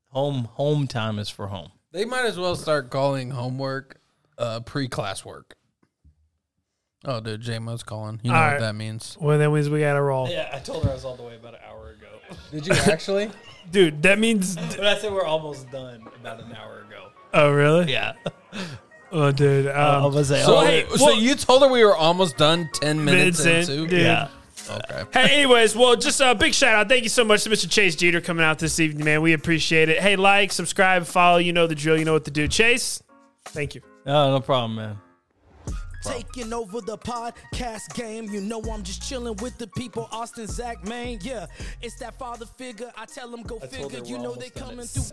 Speaker 4: home home time is for home.
Speaker 1: They might as well start calling homework uh, pre-class work. Oh, dude, JMO's calling. You know
Speaker 2: All
Speaker 1: what
Speaker 2: right.
Speaker 1: that means?
Speaker 2: well, that means we gotta roll,
Speaker 4: Yeah, I told her I was all the way about an hour ago.
Speaker 1: Did you actually?
Speaker 2: dude. That means.
Speaker 4: But I said we're almost done about an hour ago.
Speaker 2: Oh really?
Speaker 4: Yeah.
Speaker 2: Oh, dude. Um,
Speaker 1: So,
Speaker 4: oh,
Speaker 2: hey,
Speaker 1: so
Speaker 2: well-
Speaker 1: you told her we were almost done ten minutes
Speaker 2: Minutes in,
Speaker 1: into.
Speaker 2: dude.
Speaker 4: yeah.
Speaker 1: Okay.
Speaker 2: Hey, anyways, well, just a big shout out. Thank you so much to Mr. Chase Jeter coming out this evening, man. We appreciate it. Hey, like, subscribe, follow. You know the drill. You know what to do. Chase, thank you.
Speaker 4: No, no problem, man.
Speaker 3: Taking over the podcast game. You know I'm just chilling with the people. Austin, Zach, man, yeah. It's that father figure. I tell them go figure.
Speaker 4: her
Speaker 3: You
Speaker 4: we're
Speaker 3: know
Speaker 4: almost
Speaker 3: they
Speaker 4: done at
Speaker 3: coming through.